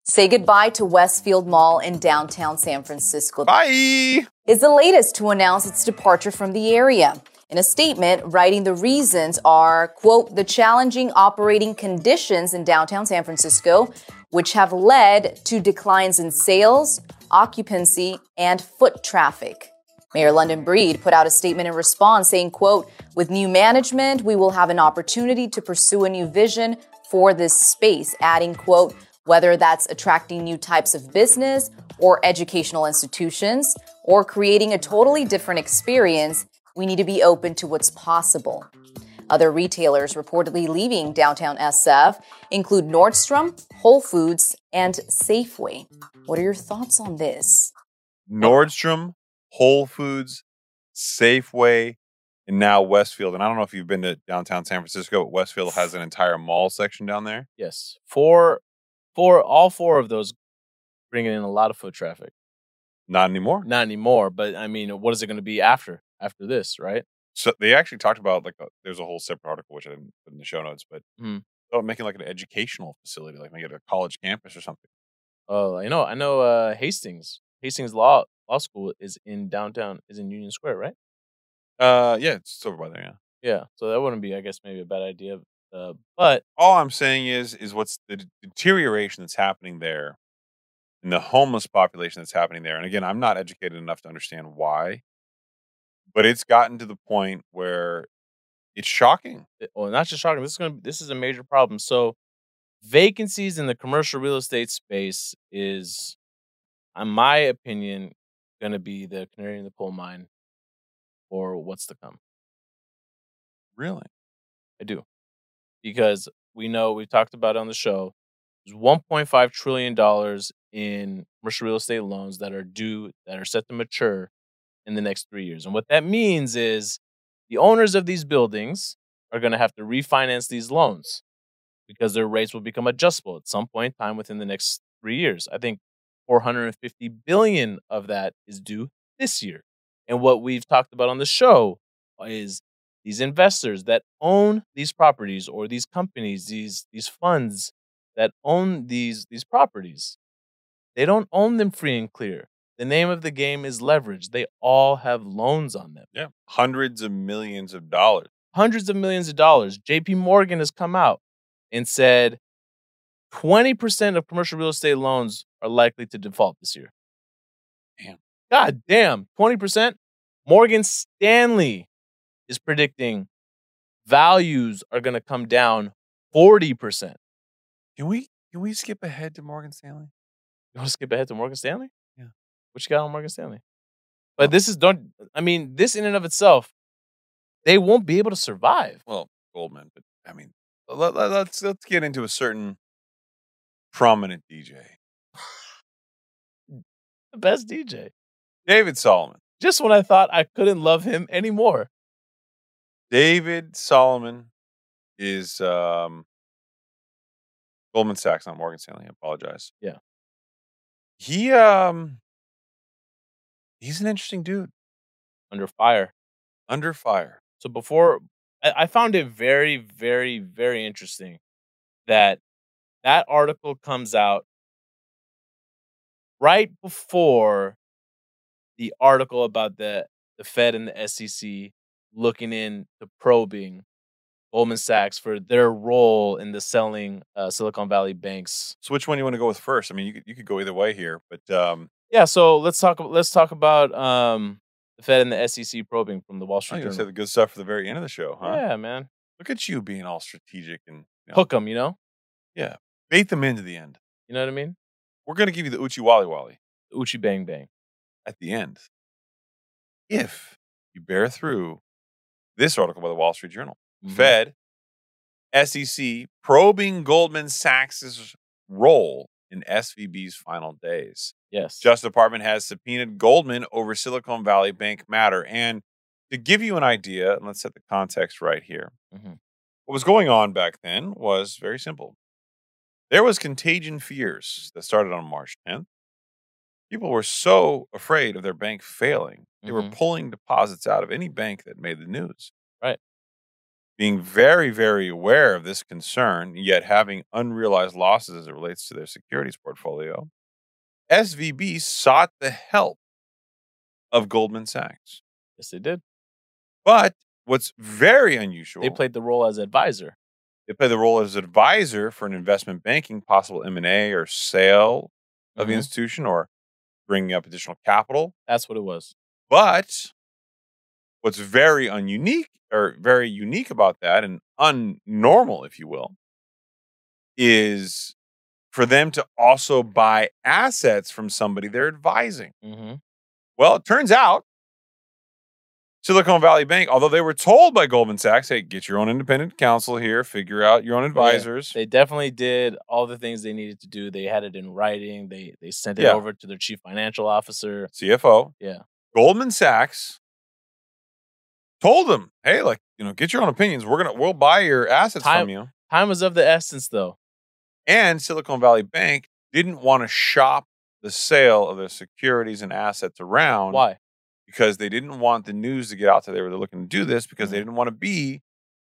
Speaker 5: Say goodbye to Westfield Mall in downtown San Francisco
Speaker 1: Bye.
Speaker 5: is the latest to announce its departure from the area. In a statement, writing the reasons are, quote, the challenging operating conditions in downtown San Francisco, which have led to declines in sales, occupancy, and foot traffic. Mayor London Breed put out a statement in response saying, quote, with new management, we will have an opportunity to pursue a new vision for this space, adding, quote, whether that's attracting new types of business or educational institutions or creating a totally different experience, we need to be open to what's possible. Other retailers reportedly leaving downtown SF include Nordstrom, Whole Foods, and Safeway. What are your thoughts on this?
Speaker 1: Nordstrom, Whole Foods, Safeway, and now Westfield. And I don't know if you've been to downtown San Francisco, but Westfield has an entire mall section down there.
Speaker 2: Yes. Four four all four of those bringing in a lot of foot traffic.
Speaker 1: Not anymore.
Speaker 2: Not anymore, but I mean, what is it going to be after after this, right?
Speaker 1: so they actually talked about like a, there's a whole separate article which I didn't put in the show notes, but
Speaker 2: Mhm.
Speaker 1: oh, making like an educational facility, like make it a college campus or something.
Speaker 2: Oh, I know. I know. Uh, Hastings, Hastings Law Law School is in downtown, is in Union Square, right?
Speaker 1: Uh, yeah, it's over by there. Yeah.
Speaker 2: Yeah. So that wouldn't be, I guess, maybe a bad idea. Uh, but
Speaker 1: All I'm saying is, is what's the d- deterioration that's happening there, and the homeless population that's happening there. And again, I'm not educated enough to understand why, but it's gotten to the point where it's shocking.
Speaker 2: it- eh, well, not just shocking. This is going. to This is a major problem. So vacancies in the commercial real estate space is, in my opinion, going to be the canary in the coal mine for what's to come.
Speaker 1: Really?
Speaker 2: I do. Because we know we talked about it on the show there's 1.5 trillion dollars in commercial real estate loans that are due that are set to mature in the next 3 years. And what that means is the owners of these buildings are going to have to refinance these loans because their rates will become adjustable at some point in time within the next 3 years. I think 450 billion of that is due this year. And what we've talked about on the show is these investors that own these properties or these companies these these funds that own these these properties they don't own them free and clear the name of the game is leverage they all have loans on them
Speaker 1: Yeah. Hundreds of millions of dollars.
Speaker 2: hundreds of millions of dollars jp morgan has come out and said 20% of commercial real estate loans are likely to default this year
Speaker 1: Damn.
Speaker 2: god damn 20% morgan stanley is predicting values are going to come down 40%. You
Speaker 1: Can we can we skip ahead to Morgan Stanley?
Speaker 2: want to skip ahead to Morgan Stanley?
Speaker 1: Yeah.
Speaker 2: What you got on Morgan Stanley? But this is don't I mean this in and of itself they won't be able to survive.
Speaker 1: well Goldman, but I mean let, let, let's let's get into a certain prominent DJ,
Speaker 2: The best DJ.
Speaker 1: David Solomon.
Speaker 2: Just when I thought I couldn't love him anymore.
Speaker 1: David Solomon is um, Goldman Sachs, not Morgan Stanley. I apologize.
Speaker 2: Yeah.
Speaker 1: He um he's an interesting dude.
Speaker 2: under fire.
Speaker 1: Under fire.
Speaker 2: So before I, I found it very, very, very interesting that that article comes out right before the article about the the Fed and the SEC looking into probing Goldman Sachs for their role in the selling uh, Silicon Valley banks.
Speaker 1: So which one do you want to go with first? I mean, you could, you could go either way here, but um
Speaker 2: Yeah, so let's talk. Let's talk about um, the Fed and the SEC probing from the Wall
Speaker 1: I'm
Speaker 2: Street
Speaker 1: going to say
Speaker 2: Journal.
Speaker 1: the good stuff for the very end of the show, huh?
Speaker 2: Yeah, man,
Speaker 1: Look at you being all strategic and you know,
Speaker 2: hook them. You know.
Speaker 1: bait them into the end.
Speaker 2: You know what I mean?
Speaker 1: We're going to give you the Uchi Wally Wally
Speaker 2: Uchi Bang Bang.
Speaker 1: at the end. If you bear through this article by the Wall Street Journal,
Speaker 2: Mm-hmm.
Speaker 1: Fed, SEC probing Goldman Sachs' role in SVB's final days.
Speaker 2: Yes.
Speaker 1: Justice Department has subpoenaed Goldman over Silicon Valley Bank matter. And to give you an idea, and let's set the context right here.
Speaker 2: Mhm.
Speaker 1: What was going on back then was very simple. There was contagion fears that started on March 10th. People were so afraid of their bank failing, they were
Speaker 2: Mhm.
Speaker 1: pulling deposits out of any bank that made the news.
Speaker 2: Right.
Speaker 1: Being very, very aware of this concern, yet having unrealized losses as it relates to their securities portfolio, SVB sought the help of Goldman Sachs.
Speaker 2: yes, they did.
Speaker 1: But what's very unusual,
Speaker 2: They played the role as advisor.
Speaker 1: they play the role as advisor for an investment banking possible M&A or sale of the
Speaker 2: Mhm.
Speaker 1: institution or bringing up additional capital.
Speaker 2: That's what it was.
Speaker 1: But what's very ununique or very unique about that and unnormal, if you will, is for them to also buy assets from somebody they're advising.
Speaker 2: Mm-hmm.
Speaker 1: Well, it turns out Silicon Valley Bank, although they were told by Goldman Sachs, hey, get your own independent counsel here, figure out your own advisors.
Speaker 2: They definitely did all the things they needed to do. They had it in writing. They they sent it
Speaker 1: Yeah.
Speaker 2: over to their chief financial officer.
Speaker 1: CFO.
Speaker 2: Yeah.
Speaker 1: Goldman Sachs told them, hey, like, you know, get your own opinions. We're gonna we'll buy your assets
Speaker 2: Time-
Speaker 1: from you.
Speaker 2: Time was of the essence, though.
Speaker 1: And Silicon Valley Bank didn't want to shop the sale of their securities and assets around
Speaker 2: Why?
Speaker 1: because they didn't want the news to get out that they were looking to do this because
Speaker 2: Mm-hmm.
Speaker 1: they didn't want to be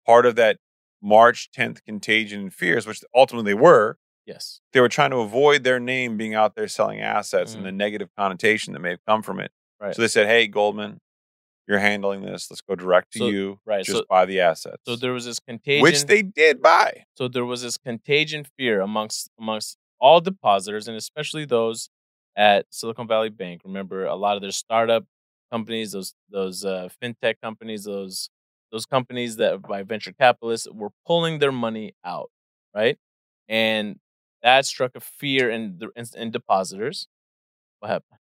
Speaker 1: part of that March 10th contagion and fears, which ultimately they were.
Speaker 2: Yes.
Speaker 1: They were trying to avoid their name being out there selling assets
Speaker 2: Mhm.
Speaker 1: and the negative connotation that may have come from it.
Speaker 2: Right.
Speaker 1: So they said, hey, Goldman, you're handling this. Let's go direct to
Speaker 2: So-
Speaker 1: you.
Speaker 2: right,
Speaker 1: Just
Speaker 2: so-
Speaker 1: buy the assets.
Speaker 2: So there was this contagion.
Speaker 1: which they did buy.
Speaker 2: So there was this contagion fear amongst amongst all depositors and especially those at Silicon Valley Bank. Remember, a lot of their startup companies, those those uh, fintech companies, those those companies that by venture capitalists were pulling their money out, right? And that struck a fear in the in, in depositors. What happened?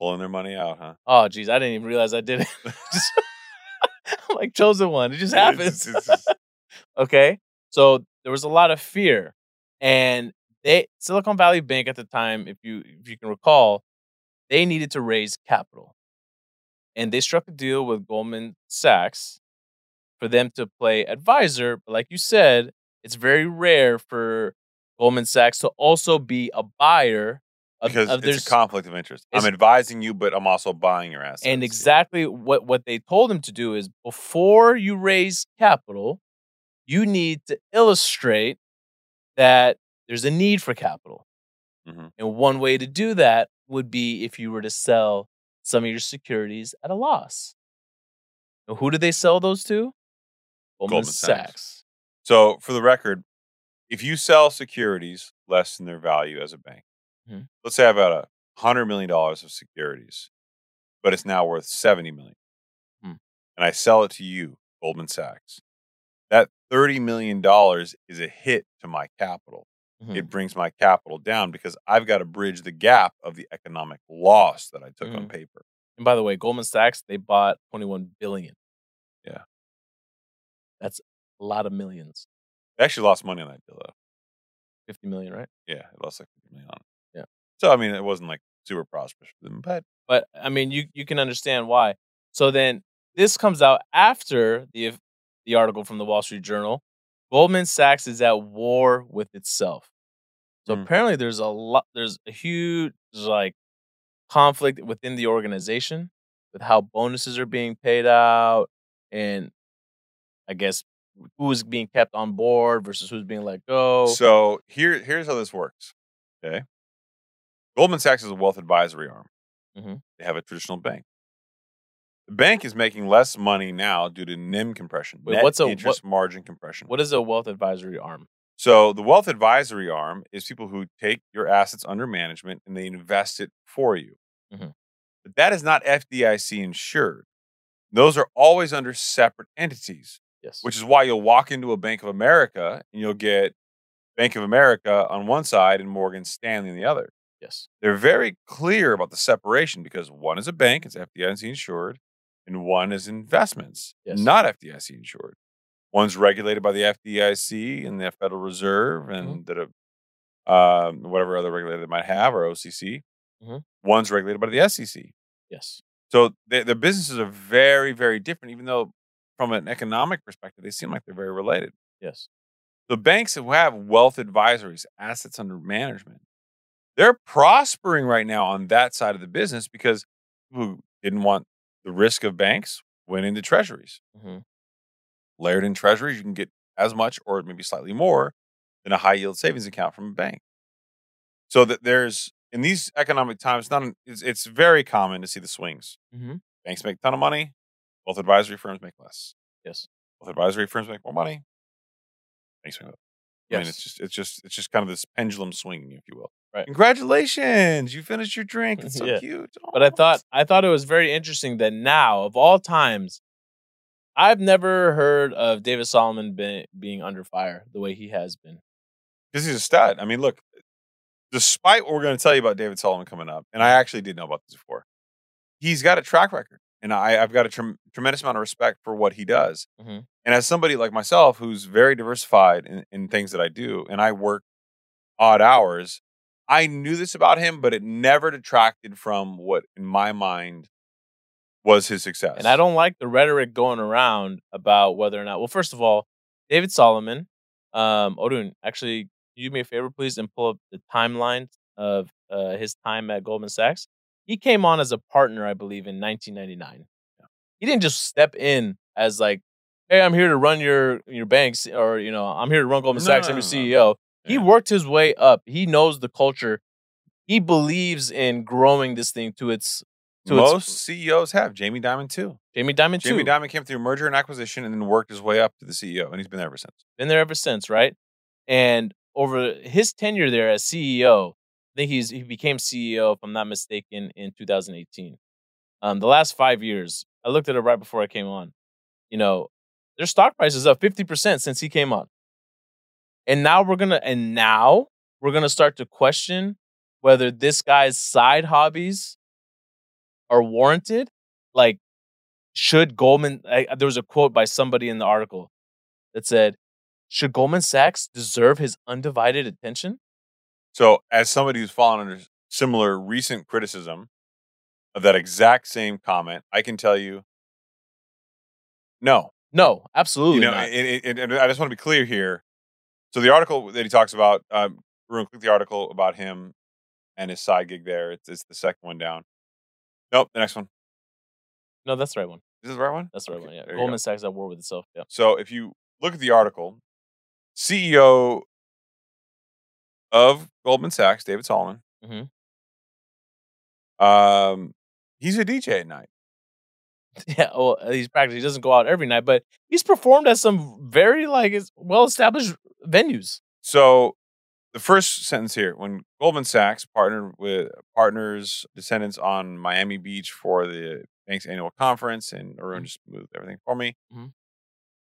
Speaker 1: Pulling their money out, huh?
Speaker 2: Oh, geez, I didn't even realize I did it. Just- I'm like chosen one. It just
Speaker 1: It's-
Speaker 2: happens.
Speaker 1: it's- it's-
Speaker 2: Okay. So there was a lot of fear. And they Silicon Valley Bank at the time, if you if you can recall, they needed to raise capital. And they struck a deal with Goldman Sachs for them to play advisor. But like you said, it's very rare for Goldman Sachs to also be a buyer of,
Speaker 1: because
Speaker 2: of their
Speaker 1: it's a conflict of interest. I'm
Speaker 2: it's-
Speaker 1: advising you, but I'm also buying your assets.
Speaker 2: and exactly what what they told him to do is before you raise capital, you need to illustrate that there's a need for capital.
Speaker 1: Mhm.
Speaker 2: And one way to do that would be if you were to sell some of your securities at a loss. And who did they sell those to? Goldman,
Speaker 1: Goldman Sachs.
Speaker 2: Sachs.
Speaker 1: So, for the record, if you sell securities less than their value as a bank,
Speaker 2: Mhm.
Speaker 1: let's say I've got a hundred million dollars of securities, but it's now worth seventy million,
Speaker 2: Hmm.
Speaker 1: and I sell it to you, Goldman Sachs. That thirty million dollars is a hit to my capital.
Speaker 2: Mhm.
Speaker 1: It brings my capital down because I've got to bridge the gap of the economic loss that I took
Speaker 2: Mm-hmm.
Speaker 1: on paper.
Speaker 2: And by the way, Goldman Sachs, they bought 21 billion.
Speaker 1: Yeah.
Speaker 2: That's a lot of millions.
Speaker 1: I actually lost money on that deal, though.
Speaker 2: 50 million, right?
Speaker 1: Yeah, it lost like fifty million on it.
Speaker 2: Yeah.
Speaker 1: So I mean, it wasn't like super prosperous for them, but
Speaker 2: but I mean, you you can understand why. So then this comes out after the the article from the Wall Street Journal. Goldman Sachs is at war with itself. So
Speaker 1: Mm.
Speaker 2: apparently, there's a lot, there's a huge like conflict within the organization with how bonuses are being paid out, and I guess who is being kept on board versus who's being let go.
Speaker 1: So here, here's how this works. Okay. Goldman Sachs is a wealth advisory arm.
Speaker 2: Mhm.
Speaker 1: They have a traditional bank. The bank is making less money now due to NIM compression.
Speaker 2: Wait,
Speaker 1: net
Speaker 2: what's a-
Speaker 1: interest margin compression?
Speaker 2: what is a wealth advisory arm?
Speaker 1: So the wealth advisory arm is people who take your assets under management and they invest it for you.
Speaker 2: Mhm.
Speaker 1: But that is not FDIC insured. Those are always under separate entities,
Speaker 2: Yes.
Speaker 1: which is why you'll walk into a Bank of America and you'll get Bank of America on one side and Morgan Stanley on the other.
Speaker 2: yes.
Speaker 1: They're very clear about the separation because one is a bank, it's FDIC insured, and one is investments,
Speaker 2: Yes.
Speaker 1: not FDIC insured. One's regulated by the FDIC and the Federal Reserve and the, um, whatever other regulator they might have or OCC.
Speaker 2: Mhm.
Speaker 1: One's regulated by the E SEC.
Speaker 2: Yes.
Speaker 1: So the their businesses are very, very different, even though from an economic perspective, they seem like they're very related.
Speaker 2: Yes.
Speaker 1: The banks who have wealth advisories, assets under management, they're prospering right now on that side of the business because people who didn't want the risk of banks went into treasuries.
Speaker 2: hmm
Speaker 1: Layered in treasuries, you can get as much or maybe slightly more than a high yield savings account from a bank. So that there's in these economic times, not an, it's, it's very common to see the swings.
Speaker 2: Mhm.
Speaker 1: Banks make a ton of money, wealth advisory firms make less.
Speaker 2: Yes.
Speaker 1: Wealth advisory firms make more money. Banks make less. I mean, it's just it's just it's just kind of this pendulum swinging, if you will.
Speaker 2: Right.
Speaker 1: Congratulations, you finished your drink. It's so
Speaker 2: Yeah.
Speaker 1: cute.
Speaker 2: But I
Speaker 1: Aw.
Speaker 2: thought I thought it was very interesting that now of all times, I've never heard of David Solomon be, being under fire the way he has been.
Speaker 1: Because he's a stud. I mean, look, despite what we're going to tell you about David Solomon coming up, and I actually did know about this before, he's got a track record. And I, I've got a trem- tremendous amount of respect for what he does.
Speaker 2: Mhm.
Speaker 1: And as somebody like myself who's very diversified in, in things that I do, and I work odd hours, I knew this about him, but it never detracted from what, in my mind, was his success.
Speaker 2: And I don't like the rhetoric going around about whether or not. Well, first of all, David Solomon, um, Odun, actually, do me a favor, please, and pull up the timeline of uh, his time at Goldman Sachs. He came on as a partner, I believe, in 1999. He didn't just step in as like, "Hey, I'm here to run your your banks," or you know, "I'm here to run Goldman
Speaker 1: No,
Speaker 2: Sachs.
Speaker 1: no,
Speaker 2: I'm your
Speaker 1: no, no.
Speaker 2: CEO." He
Speaker 1: Yeah.
Speaker 2: worked his way up. He knows the culture. He believes in growing this thing to its to its-
Speaker 1: Most CEOs have, Jamie Dimon too.
Speaker 2: Jamie Dimon too.
Speaker 1: Jamie Dimon came through merger and acquisition and then worked his way up to the CEO, and he's been there ever since.
Speaker 2: been there ever since, right? And over his tenure there as CEO, I think he's he became CEO, if I'm not mistaken, in 2018. Um, the last five years, I looked at it right before I came on. You know, their stock price is up 50% since he came on. And now we're gonna and now we're gonna start to question whether this guy's side hobbies are warranted. Like, should Goldman? I, there was a quote by somebody in the article that said, "Should Goldman Sachs deserve his undivided attention?"
Speaker 1: So, as somebody who's fallen under similar recent criticism of that exact same comment, I can tell you, no,
Speaker 2: No, absolutely
Speaker 1: you know,
Speaker 2: not.
Speaker 1: it, it, it, and I just want to be clear here. So, the article that he talks about, um, we're going to click the article about him and his side gig there. It's, it's the second one down. Nope, the next one.
Speaker 2: no, that's the right one.
Speaker 1: Is this the right one?
Speaker 2: That's the right
Speaker 1: Okay,
Speaker 2: one.
Speaker 1: there
Speaker 2: Yeah,
Speaker 1: you go.
Speaker 2: Goldman Sachs at war with itself. Yeah.
Speaker 1: So if you look at the article, CEO of Goldman Sachs, David Solomon,
Speaker 2: Mhm.
Speaker 1: um, he's a DJ at night.
Speaker 2: Yeah. Well, uh, he's practically he doesn't go out every night, but he's performed at some very like well established venues.
Speaker 1: So the first sentence here, when Goldman Sachs partnered with partners descendants on Miami Beach for the bank's annual conference, and Arun just moved everything for me.
Speaker 2: Mhm.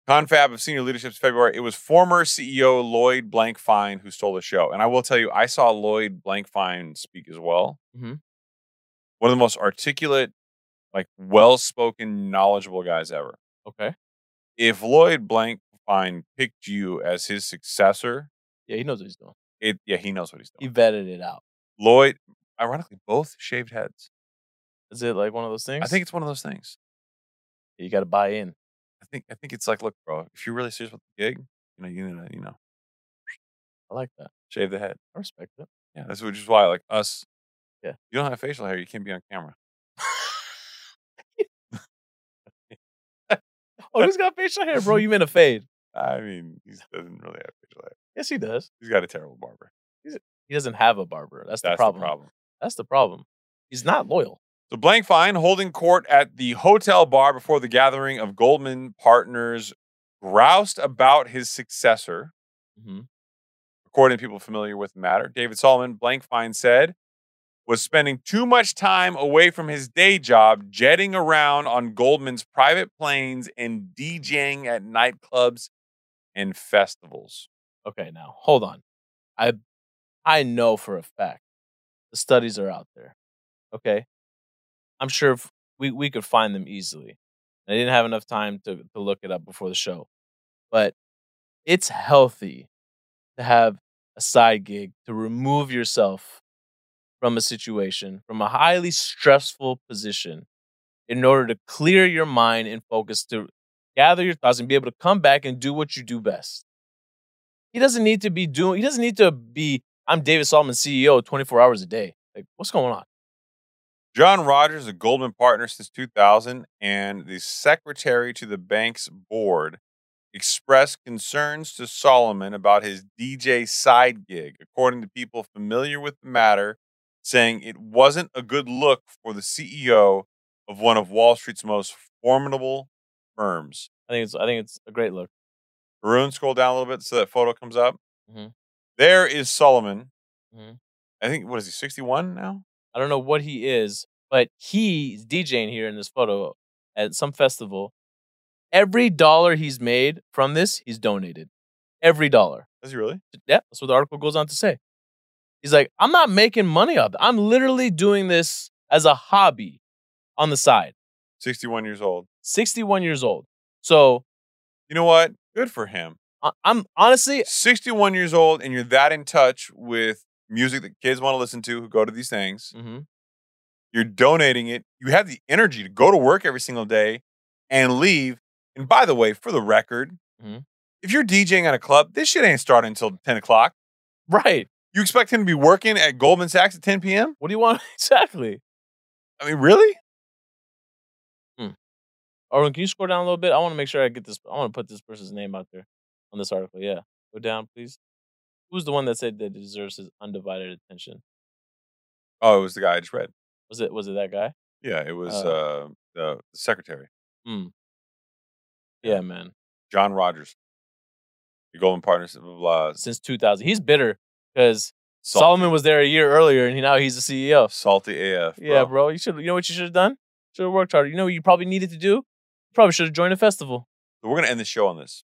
Speaker 1: Confab of senior leadership's February. It was former CEO Lloyd Blankfein who stole the show, and I will tell you, I saw Lloyd Blankfein speak as well.
Speaker 2: Mhm.
Speaker 1: One of the most articulate, like well-spoken, knowledgeable guys ever
Speaker 2: Okay.
Speaker 1: if Lloyd Blankfein picked you as his successor,
Speaker 2: Yeah, he knows what he's doing.
Speaker 1: it yeah, he knows what he's
Speaker 2: He
Speaker 1: doing.
Speaker 2: vetted it out.
Speaker 1: Lloyd, ironically, both shaved heads.
Speaker 2: Is it like one of those things?
Speaker 1: I think it's one of those things.
Speaker 2: you got to buy in.
Speaker 1: I think I think it's like, look, bro, if you're really serious about the gig, you know, you know, you know,
Speaker 2: I like that.
Speaker 1: Shave the head.
Speaker 2: I respect it.
Speaker 1: Yeah, that's which is why like us.
Speaker 2: Yeah.
Speaker 1: you don't have facial hair. You can't be on camera.
Speaker 2: Oh, he's got facial hair, bro. You meant a fade.
Speaker 1: I mean, he doesn't really have facial hair.
Speaker 2: Yes, he does.
Speaker 1: He's got a terrible barber.
Speaker 2: He doesn't have a barber. That's,
Speaker 1: That's
Speaker 2: the problem.
Speaker 1: The problem.
Speaker 2: That's the problem. He's not loyal.
Speaker 1: So Blank Fine holding court at the hotel bar before the gathering of Goldman partners groused about his successor.
Speaker 2: Mm-hmm.
Speaker 1: According to people familiar with the matter, David Solomon, Blank Fine said, was spending too much time away from his day job, jetting around on Goldman's private planes and DJing at nightclubs and festivals.
Speaker 2: Okay, now hold on. I I know for a fact the studies are out there. Okay, I'm sure if we we could find them easily. I didn't have enough time to to look it up before the show, but it's healthy to have a side gig to remove yourself from a situation, from a highly stressful position, in order to clear your mind and focus to gather your thoughts and be able to come back and do what you do best. He doesn't need to be doing. He doesn't need to be. I'm David Solomon, CEO, 24 hours a day. Like, what's going on?
Speaker 1: John Rogers, a Goldman partner since 2000 and the secretary to the bank's board, expressed concerns to Solomon about his DJ side gig, according to people familiar with the matter, saying it wasn't a good look for the CEO of one of Wall Street's most formidable firms.
Speaker 2: I think it's. I think it's a great look.
Speaker 1: Maroon, scroll down a little bit so that photo comes up.
Speaker 2: Mhm.
Speaker 1: There is Solomon.
Speaker 2: Mhm.
Speaker 1: I think, what is he, 61 now?
Speaker 2: I don't know what he is, but he's DJing here in this photo at some festival. Every dollar he's made from this, he's donated. Every dollar.
Speaker 1: Is he really?
Speaker 2: Yeah, that's what the article goes on to say. He's like, I'm not making money off. it. I'm literally doing this as a hobby on the side.
Speaker 1: 61 years old.
Speaker 2: 61 years old. So
Speaker 1: You know what? Good for him.
Speaker 2: I- I'm honestly,
Speaker 1: 61 years old and you're that in touch with music that kids want to listen to who go to these things.
Speaker 2: Mhm.
Speaker 1: You're donating it. You have the energy to go to work every single day and leave. And by the way, for the record,
Speaker 2: Mhm.
Speaker 1: if you're DJing at a club, this shit ain't starting until 10 o'clock.
Speaker 2: right.
Speaker 1: You expect him to be working at Goldman Sachs at 10 p.m.?
Speaker 2: What do you want exactly?
Speaker 1: I mean, really?
Speaker 2: Arlen, can you scroll down a little bit? I want to make sure I get this. I want to put this person's name out there on this article. Yeah, go down, please. Who's the one that said that deserves his undivided attention?
Speaker 1: Oh, it was the guy I just read.
Speaker 2: Was it was it that guy?
Speaker 1: Yeah, it was uh,
Speaker 2: Oh.
Speaker 1: the secretary,
Speaker 2: Yeah, man.
Speaker 1: John Rogers. The Goldman Partners, blah, blah, blah.
Speaker 2: Since 2000, he's bitter because
Speaker 1: Salty.
Speaker 2: Solomon was there a year earlier, and he, now he's the CEO.
Speaker 1: Salty AF.
Speaker 2: Yeah, bro. You should. You know what you should have done? Should have worked harder. You know what you probably needed to do? Probably should have joined a festival
Speaker 1: So we're going to end the show on this.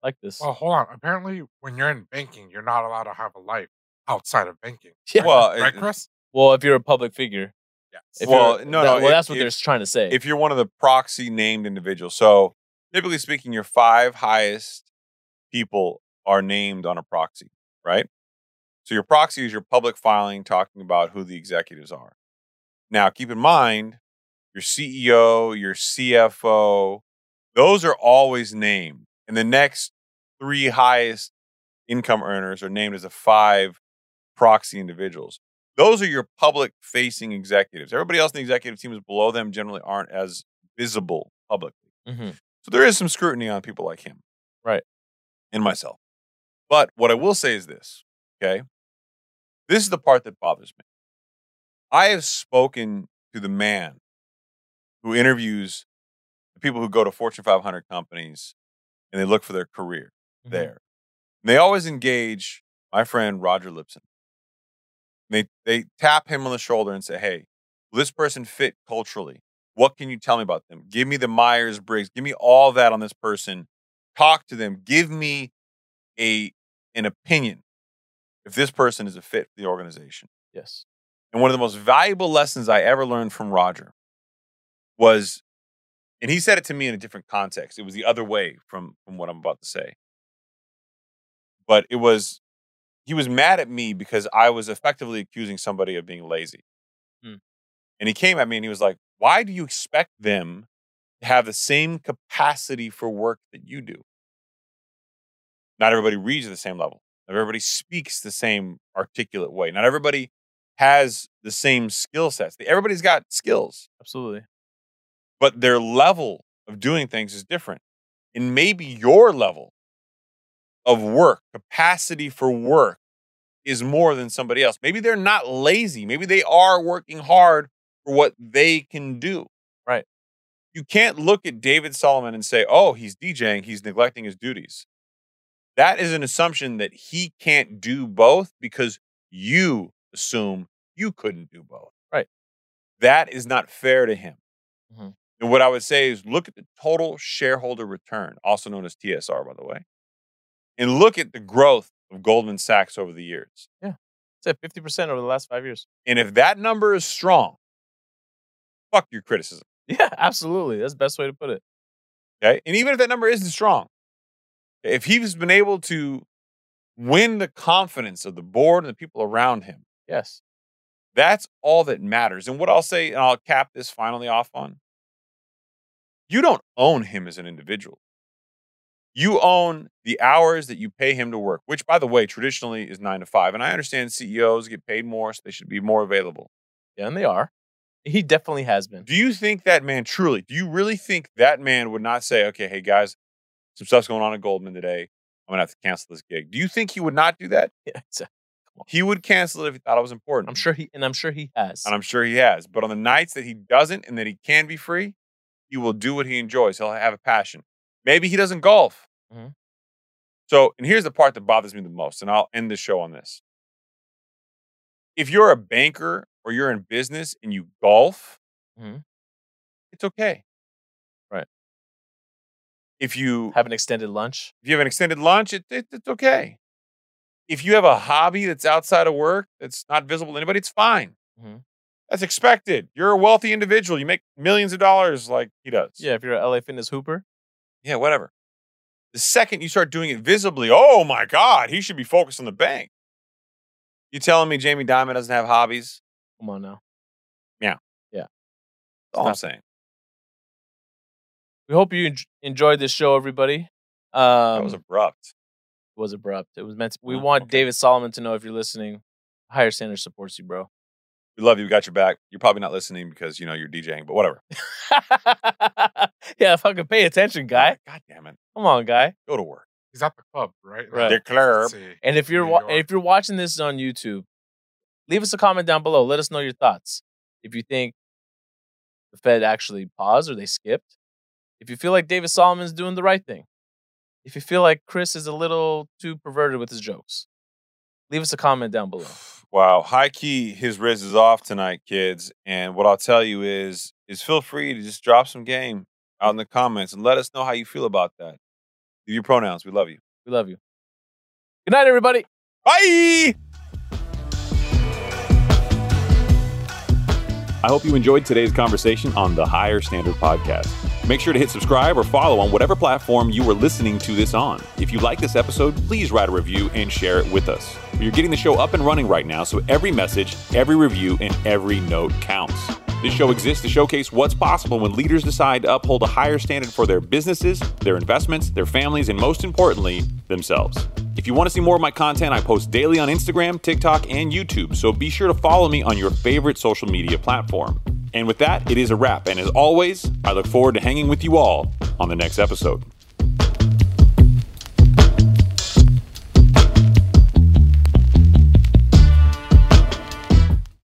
Speaker 2: like this.
Speaker 3: Well, hold on. Apparently, when you're in banking, you're not allowed to have a life outside of banking.
Speaker 2: Yeah.
Speaker 1: Well,
Speaker 3: right,
Speaker 1: it-
Speaker 3: Chris?
Speaker 2: Well, if you're a public figure.
Speaker 3: Yes.
Speaker 2: If
Speaker 1: Well,
Speaker 2: you're-
Speaker 1: no,
Speaker 2: that-
Speaker 1: no,
Speaker 2: Well,
Speaker 1: if-
Speaker 2: that's what
Speaker 1: if-
Speaker 2: they're trying to say.
Speaker 1: if you're one of the proxy named individuals. So typically speaking, your five highest people are named on a proxy, right? So your proxy is your public filing talking about who the executives are. Now, keep in mind, your CEO, your CFO, those are always named. And the next three highest income earners are named as the five proxy individuals. Those are your public facing executives. Everybody else in the executive team is below them generally aren't as visible publicly.
Speaker 2: hmm
Speaker 1: So there is some scrutiny on people like him.
Speaker 2: Right.
Speaker 1: And myself. But what I will say is this, okay? This is the part that bothers me. I have spoken to the man who interviews the people who go to Fortune 500 companies and they look for their career
Speaker 2: Mm-hmm.
Speaker 1: there. And they always engage my friend Roger Lipson. They they tap him on the shoulder and say, "Hey, will this person fit culturally? What can you tell me about them? Give me the Myers Briggs. Give me all that on this person. Talk to them. Give me a an opinion if this person is a fit for the organization."
Speaker 2: Yes.
Speaker 1: And one of the most valuable lessons I ever learned from Roger was, and he said it to me in a different context. It was the other way from, from what I'm about to say. But it was, he was mad at me because I was effectively accusing somebody of being lazy.
Speaker 2: Hmm.
Speaker 1: And he came at me and he was like, Why do you expect them to have the same capacity for work that you do? Not everybody reads at the same level. Not everybody speaks the same articulate way. Not everybody has the same skill sets. Everybody's got skills,
Speaker 2: Absolutely.
Speaker 1: but their level of doing things is different. And maybe your level of work, capacity for work, is more than somebody else. Maybe they're not lazy. Maybe they are working hard for what they can do.
Speaker 2: Right.
Speaker 1: You can't look at David Solomon and say, oh, he's DJing, he's neglecting his duties. That is an assumption that he can't do both because you assume you couldn't do both.
Speaker 2: Right.
Speaker 1: That is not fair to him.
Speaker 2: Mhm.
Speaker 1: And what I would say is look at the total shareholder return, also known as TSR, by the way, and look at the growth of Goldman Sachs over the years.
Speaker 2: It's at fifty percent over the last five years.
Speaker 1: And if that number is strong, fuck your criticism.
Speaker 2: Yeah, absolutely. That's the best way to put it.
Speaker 1: Okay. And even if that number isn't strong, if he's been able to win the confidence of the board and the people around him,
Speaker 2: Yes.
Speaker 1: That's all that matters. And what I'll say, and I'll cap this finally off on you don't own him as an individual. You own the hours that you pay him to work, which, by the way, traditionally is nine to five. And I understand CEOs get paid more, so they should be more available.
Speaker 2: Yeah, and they are. He definitely has been.
Speaker 1: Do you think that man truly, do you really think that man would not say, okay, hey guys, some stuff's going on at Goldman today. I'm going to have to cancel this gig? Do you think he would not do that?
Speaker 2: Yeah, exactly.
Speaker 1: He would cancel it if he thought it was important.
Speaker 2: I'm sure he and I'm sure he has.
Speaker 1: and I'm sure he has. But on the nights that he doesn't and that he can be free, he will do what he enjoys. He'll have a passion. Maybe he doesn't golf.
Speaker 2: Mhm.
Speaker 1: So, and here's the part that bothers me the most, and I'll end the show on this. If you're a banker or you're in business and you golf,
Speaker 2: Mhm.
Speaker 1: it's okay.
Speaker 2: Right.
Speaker 1: If you
Speaker 2: Have an extended lunch.
Speaker 1: if you have an extended lunch, it, it, it's okay. If you have a hobby that's outside of work, that's not visible to anybody, it's fine.
Speaker 2: Mhm.
Speaker 1: That's expected. You're a wealthy individual. You make millions of dollars like he does.
Speaker 2: Yeah, if you're an LA fitness hooper.
Speaker 1: Yeah, whatever. The second you start doing it visibly, oh my God, he should be focused on the bank. You telling me Jamie Dimon doesn't have hobbies?
Speaker 2: Come on now.
Speaker 1: That's all I'm saying.
Speaker 2: We hope you en- enjoyed this show, everybody. Um,
Speaker 1: that was abrupt.
Speaker 2: it was abrupt. It was meant. To, we
Speaker 1: Oh,
Speaker 2: want
Speaker 1: okay.
Speaker 2: David Solomon to know if you're listening. Higher Standard supports you, bro.
Speaker 1: We love you. We got your back. You're probably not listening because you know you're DJing, but whatever.
Speaker 2: yeah, fucking pay attention, guy.
Speaker 1: God damn it.
Speaker 2: Come on, guy.
Speaker 1: Go to work.
Speaker 3: He's at the club, right?
Speaker 2: Right.
Speaker 1: Declare.
Speaker 3: Let's see.
Speaker 2: And if you're
Speaker 3: New
Speaker 2: wa-
Speaker 3: York.
Speaker 2: if you're watching this on YouTube, leave us a comment down below. Let us know your thoughts. If you think the Fed actually paused or they skipped. If you feel like David Solomon's doing the right thing. If you feel like Chris is a little too perverted with his jokes. Leave us a comment down below.
Speaker 1: Wow, high key, his riz is off tonight, kids. And what I'll tell you is, is feel free to just drop some game out in the comments and let us know how you feel about that. Leave your pronouns. We love you.
Speaker 2: We love you. Good night, everybody.
Speaker 1: Bye.
Speaker 6: I hope you enjoyed today's conversation on the Higher Standard Podcast. Make sure to hit subscribe or follow on whatever platform you are listening to this on. If you like this episode, please write a review and share it with us. You're getting the show up and running right now, so every message, every review, and every note counts. This show exists to showcase what's possible when leaders decide to uphold a higher standard for their businesses, their investments, their families, and most importantly, themselves. If you want to see more of my content, I post daily on Instagram, TikTok, and YouTube, so be sure to follow me on your favorite social media platform. And with that, it is a wrap. And as always, I look forward to hanging with you all on the next episode.